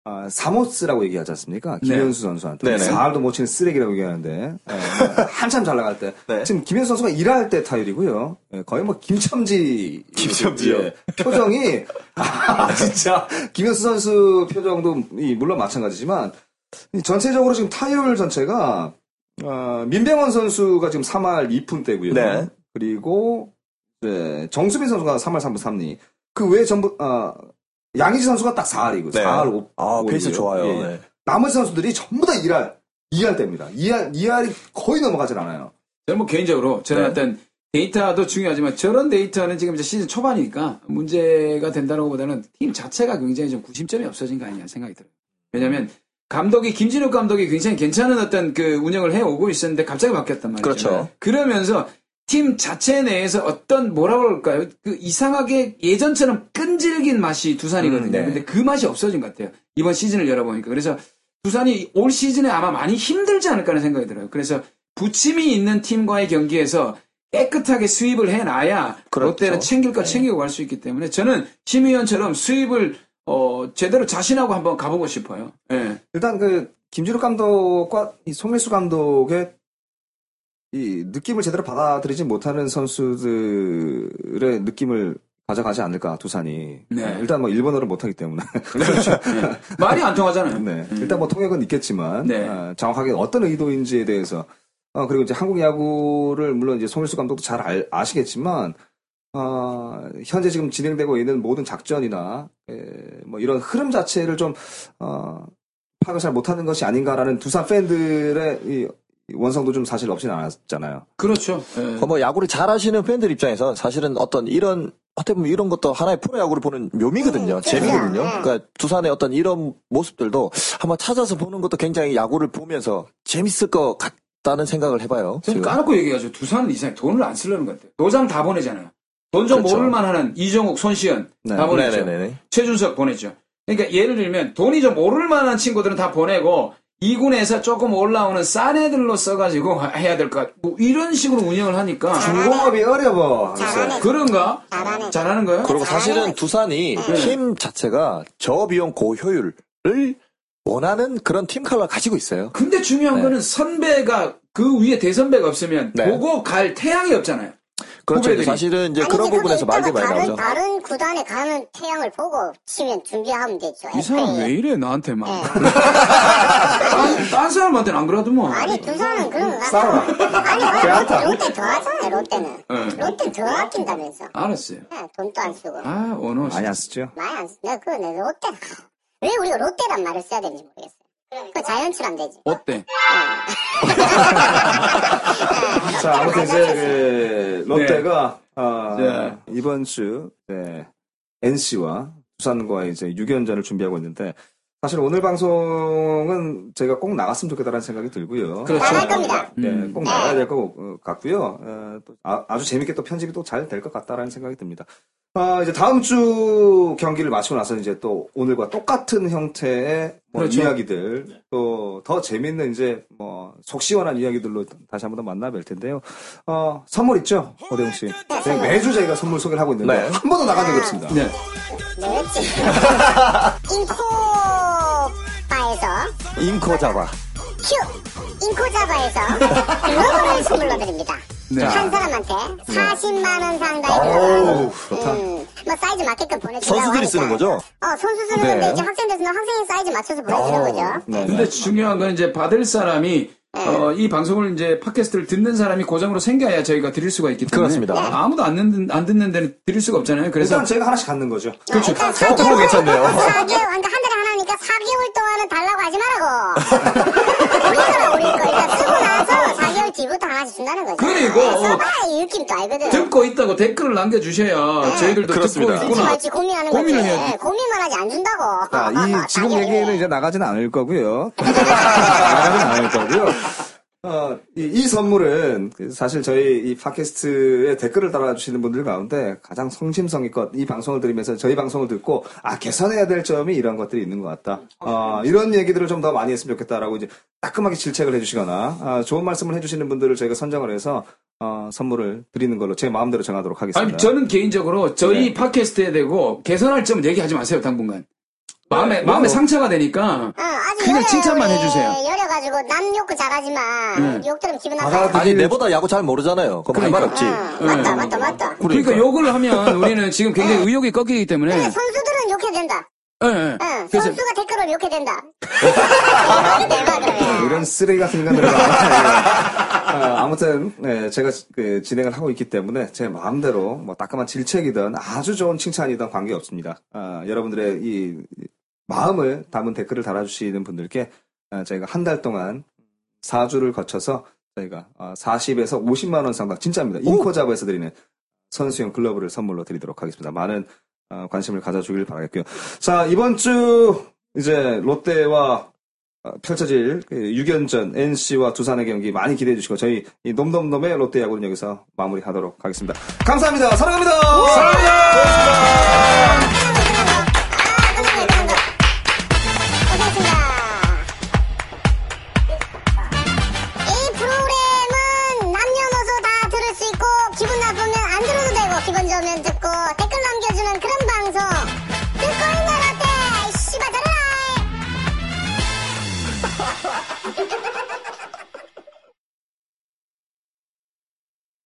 [SPEAKER 2] 아, 사모스라고 얘기하지 않습니까? 김현수 선수한테
[SPEAKER 4] 네. 네네.
[SPEAKER 2] 사활도 못 치는 쓰레기라고 얘기하는데 예, 한참 잘 나갈 때
[SPEAKER 4] 네.
[SPEAKER 2] 지금 김현수 선수가 일할 때 타율이고요. 예, 거의 뭐 김첨지
[SPEAKER 4] 김첨지요.
[SPEAKER 2] 예, 표정이 아, 진짜 김현수 선수 표정도 이, 물론 마찬가지지만 이 전체적으로 지금 타율 전체가 아, 민병헌 선수가 지금 3할 2푼대고요.
[SPEAKER 4] 네.
[SPEAKER 2] 그리고 이제 정수빈 선수가 3할 3분 3리. 그 외에 전부 아, 양희지 선수가 딱 4할이고
[SPEAKER 4] 네.
[SPEAKER 2] 4할 5.
[SPEAKER 4] 아 베이스 좋아요. 네.
[SPEAKER 2] 나머지 예. 선수들이 전부 다 1할 2할 대입니다. 2할 2할이 거의 넘어가질 않아요.
[SPEAKER 3] 저는 뭐 개인적으로 저는
[SPEAKER 4] 네.
[SPEAKER 3] 일단 데이터도 중요하지만 저런 데이터는 지금 이제 시즌 초반이니까 문제가 된다는 것보다는 팀 자체가 굉장히 좀 구심점이 없어진 거 아니냐 생각이 들어요. 왜냐하면 감독이 김진욱 감독이 굉장히 괜찮은 어떤 그 운영을 해 오고 있었는데 갑자기 바뀌었단 말이죠.
[SPEAKER 4] 그렇죠.
[SPEAKER 3] 그러면서 팀 자체 내에서 어떤 뭐라 그럴까요? 그 이상하게 예전처럼 끈질긴 맛이 두산이거든요.
[SPEAKER 4] 음, 네.
[SPEAKER 3] 근데 그 맛이 없어진 것 같아요. 이번 시즌을 열어보니까 그래서 두산이 올 시즌에 아마 많이 힘들지 않을까 하는 생각이 들어요. 그래서 부침이 있는 팀과의 경기에서 깨끗하게 수입을 해놔야
[SPEAKER 4] 그렇죠.
[SPEAKER 3] 롯데는 챙길 거 챙기고 갈 수 있기 때문에 저는 심의원처럼 수입을 어, 제대로 자신하고 한번 가보고 싶어요. 예.
[SPEAKER 2] 일단 그 김진욱 감독과 이 송일수 감독의 이 느낌을 제대로 받아들이지 못하는 선수들의 느낌을 가져가지 않을까 두산이
[SPEAKER 3] 네.
[SPEAKER 2] 일단 뭐 일본어를 못하기 때문에
[SPEAKER 3] 말이 안 통하잖아요.
[SPEAKER 2] 네. 일단 뭐 통역은 있겠지만
[SPEAKER 3] 네.
[SPEAKER 2] 아, 정확하게 어떤 의도인지에 대해서 어, 그리고 이제 한국 야구를 물론 이제 송일수 감독도 잘 알- 아시겠지만 아, 현재 지금 진행되고 있는 모든 작전이나 에, 뭐 이런 흐름 자체를 좀 어, 파악을 잘 못하는 것이 아닌가라는 두산 팬들의 이- 이 원성도 좀 사실 없진 않았잖아요.
[SPEAKER 3] 그렇죠. 예.
[SPEAKER 4] 그뭐 야구를 잘하시는 팬들 입장에서 사실은 어떤 이런 어떻게 보면 이런 것도 하나의 프로 야구를 보는 묘미거든요,
[SPEAKER 1] 음,
[SPEAKER 4] 재미거든요.
[SPEAKER 1] 음.
[SPEAKER 4] 그러니까 두산의 어떤 이런 모습들도 한번 찾아서 보는 것도 굉장히 야구를 보면서 재밌을 것 같다는 생각을 해봐요.
[SPEAKER 3] 저는
[SPEAKER 4] 지금.
[SPEAKER 3] 까놓고 얘기하죠. 두산은 이상히 돈을 안 쓰려는 것 같아요. 노장 다 보내잖아요. 돈 좀
[SPEAKER 4] 그렇죠. 네,
[SPEAKER 3] 모을만 하는 이정욱, 손시현 다 보냈죠.
[SPEAKER 4] 네네네네.
[SPEAKER 3] 최준석 보냈죠. 그러니까 예를 들면 돈이 좀 오를 만한 친구들은 다 보내고 2군에서 조금 올라오는 싼 애들로 써가지고 해야 될 것 같아. 뭐 이런 식으로 운영을 하니까.
[SPEAKER 1] 아, 네.
[SPEAKER 2] 중공업이 어려워.
[SPEAKER 1] 잘하네.
[SPEAKER 3] 그런가?
[SPEAKER 1] 잘하네.
[SPEAKER 3] 잘하는 거예요?
[SPEAKER 4] 그리고
[SPEAKER 1] 잘하는
[SPEAKER 4] 사실은
[SPEAKER 1] 거지.
[SPEAKER 4] 두산이 팀 자체가 저비용 고효율을 원하는 그런 팀 컬러 가지고 있어요.
[SPEAKER 3] 근데 중요한
[SPEAKER 4] 네.
[SPEAKER 3] 거는 선배가 그 위에 대선배가 없으면
[SPEAKER 4] 네.
[SPEAKER 3] 보고 갈 태양이 없잖아요.
[SPEAKER 4] 그렇죠.
[SPEAKER 3] 후배들이.
[SPEAKER 4] 사실은 이제
[SPEAKER 1] 아니,
[SPEAKER 4] 그런
[SPEAKER 1] 근데 그게
[SPEAKER 4] 부분에서 말도
[SPEAKER 1] 그러니까 있다가
[SPEAKER 4] 많이
[SPEAKER 1] 다른,
[SPEAKER 4] 나오죠.
[SPEAKER 1] 다른 구단에 가는 태양을 보고 치면 준비하면 되죠.
[SPEAKER 3] 이 사람
[SPEAKER 1] FA.
[SPEAKER 3] 왜 이래 나한테만?
[SPEAKER 1] 예.
[SPEAKER 3] 딴, 딴 사람한테는 안 그러더만.
[SPEAKER 1] 아니 두산은 그런 거
[SPEAKER 2] 싸워라.
[SPEAKER 1] 같아. 아니 왜 롯데 더 하잖아요.
[SPEAKER 4] 네.
[SPEAKER 1] 롯데는.
[SPEAKER 3] 예.
[SPEAKER 1] 롯데 더 아낀다면서.
[SPEAKER 3] 알았어요.
[SPEAKER 1] 예, 돈도 안 쓰고.
[SPEAKER 3] 아, 원호 씨.
[SPEAKER 2] 많이 안 쓰죠.
[SPEAKER 1] 많이 안 쓰. 내가 그거 내가 롯데. 왜 우리가 롯데란 말을 써야 되는지 모르겠어요. 그거 자연출하면 되지.
[SPEAKER 3] 어때?
[SPEAKER 2] 자, 아무튼 이제 그 롯데가 아,
[SPEAKER 3] 네.
[SPEAKER 2] 이번 주 네, NC와 부산과의 이제 6연전을 준비하고 있는데 사실 오늘 방송은 제가 꼭 나갔으면 좋겠다라는 생각이 들고요.
[SPEAKER 3] 그렇죠.
[SPEAKER 1] 나갈 겁니다.
[SPEAKER 2] 네,
[SPEAKER 3] 음.
[SPEAKER 2] 꼭 나가야 될 것 같고요. 어, 또 아, 주 재밌게 또 편집이 또 잘 될 것 같다라는 생각이 듭니다. 아, 이제 다음 주 경기를 마치고 나서 이제 또 오늘과 똑같은 형태의 뭐
[SPEAKER 3] 그렇죠.
[SPEAKER 4] 네.
[SPEAKER 2] 이야기들 또 더 재밌는 이제 뭐 속 시원한 이야기들로 다시 한 번 더 만나뵐 텐데요. 어, 선물 있죠, 허대웅 씨. 저희 매주 저희가 선물 소개를 하고 있는데
[SPEAKER 4] 네.
[SPEAKER 2] 한 번도 나간 적이 없습니다.
[SPEAKER 3] 네.
[SPEAKER 1] 뭐였지? 인코바에서
[SPEAKER 4] 인코 잡아.
[SPEAKER 1] 큐! 인코자바에서 글로벌을 선물로 드립니다.
[SPEAKER 3] 네.
[SPEAKER 1] 한 사람한테 40만원 상당의
[SPEAKER 4] 어우,
[SPEAKER 1] 좋다. 음, 뭐 사이즈 맞게끔 보내주려고
[SPEAKER 4] 선수들이 쓰는
[SPEAKER 1] 하니까.
[SPEAKER 4] 거죠?
[SPEAKER 1] 어, 선수 쓰는
[SPEAKER 4] 네.
[SPEAKER 1] 건데 이제 학생들 쓰는 학생의 사이즈 맞춰서 보내주는 거죠.
[SPEAKER 2] 네.
[SPEAKER 3] 근데 중요한 건 이제 받을 사람이 어, 이 방송을 이제 팟캐스트를 듣는 사람이 고정으로 생겨야 저희가 드릴 수가 있기 때문에
[SPEAKER 4] 그렇습니다. 네.
[SPEAKER 3] 아무도 안 듣는 안 듣는 데는 드릴 수가 없잖아요. 그래서
[SPEAKER 2] 일단 저희가 하나씩 갖는 거죠.
[SPEAKER 4] 아,
[SPEAKER 1] 그렇죠. 일단 4개월,
[SPEAKER 4] 그거 괜찮네요.
[SPEAKER 1] 4개월, 그러니까 한 달에 하나니까 4개월 동안은 달라고 하지 말라고. 우리 거라 우리 거. 일단 쓰고 나서 4개월 뒤부터 하나씩 준다는 거죠.
[SPEAKER 3] 그리고
[SPEAKER 1] 네, 써봐! 이 느낌도 알거든.
[SPEAKER 3] 듣고 있다고 댓글을 남겨주셔야 저희들도
[SPEAKER 4] 그렇습니다.
[SPEAKER 3] 듣고
[SPEAKER 1] 줄지
[SPEAKER 3] 있구나.
[SPEAKER 1] 말지 고민하는 거지.
[SPEAKER 3] 고민을 해야지.
[SPEAKER 1] 예, 고민만 하지 안 준다고.
[SPEAKER 2] 자, 아, 이 지금
[SPEAKER 1] 4개월이면.
[SPEAKER 2] 얘기는 이제 나가진 않을 거고요. 나가진 않을 거고요. 어, 이, 이 선물은 그 사실 저희 이 팟캐스트에 댓글을 달아주시는 분들 가운데 가장 성심성의껏 이 방송을 들으면서 저희 방송을 듣고 아 개선해야 될 점이 이런 것들이 있는 것 같다. 어, 이런 얘기들을 좀 더 많이 했으면 좋겠다라고 이제 따끔하게 질책을 해주시거나 아, 좋은 말씀을 해주시는 분들을 저희가 선정을 해서 어, 선물을 드리는 걸로 제 마음대로 정하도록 하겠습니다.
[SPEAKER 3] 아니 저는 개인적으로 저희 팟캐스트에 대고 개선할 점은 얘기하지 마세요 당분간. 마음에 마음에 상처가 되니까
[SPEAKER 1] 응, 아주
[SPEAKER 3] 그냥
[SPEAKER 1] 열해,
[SPEAKER 3] 칭찬만
[SPEAKER 1] 우리.
[SPEAKER 3] 해주세요.
[SPEAKER 1] 열여가지고 남 욕은 잘하지만 욕 들으면 기분 나빠.
[SPEAKER 2] 받아들일
[SPEAKER 4] 아니 내보다 야구 잘 모르잖아요. 그럼 할 말 없지.
[SPEAKER 1] 응, 맞다, 맞다, 맞다.
[SPEAKER 3] 그러니까, 욕을 하면 우리는 지금 굉장히 의욕이 꺾이기 때문에.
[SPEAKER 1] 근데 선수들은 욕해야 된다.
[SPEAKER 3] 예, 예.
[SPEAKER 1] 응,
[SPEAKER 3] 그래서
[SPEAKER 1] 선수가 댓글을 욕해야 된다. 이게 내가 그러면.
[SPEAKER 2] 어, 이런 쓰레기 같은 인간들. 아, 아무튼 네, 제가 그 진행을 하고 있기 때문에 제 마음대로 뭐 따끔한 질책이든 아주 좋은 칭찬이든 관계 없습니다. 아, 여러분들의 이 마음을 담은 댓글을 달아주시는 분들께 아, 저희가 한 달 동안 4주를 거쳐서 저희가 아, 40에서 50만 원 상당 진짜입니다. 인코자부에서 드리는 선수용 글러브를 선물로 드리도록 하겠습니다. 많은 아, 관심을 가져주길 바라겠고요. 자 이번 주 이제 롯데와 어, 펼쳐질 6연전 NC와 두산의 경기 많이 기대해 주시고 저희 이 놈놈놈의 롯데 야구는 여기서 마무리하도록 하겠습니다. 감사합니다. 사랑합니다.
[SPEAKER 1] 아, 그런 거, 그런 거. 고생했습니다. 이 프로그램은 남녀노소 다 들을 수 있고 기분 나쁘면 안 들어도 되고 기분 좋으면 듣고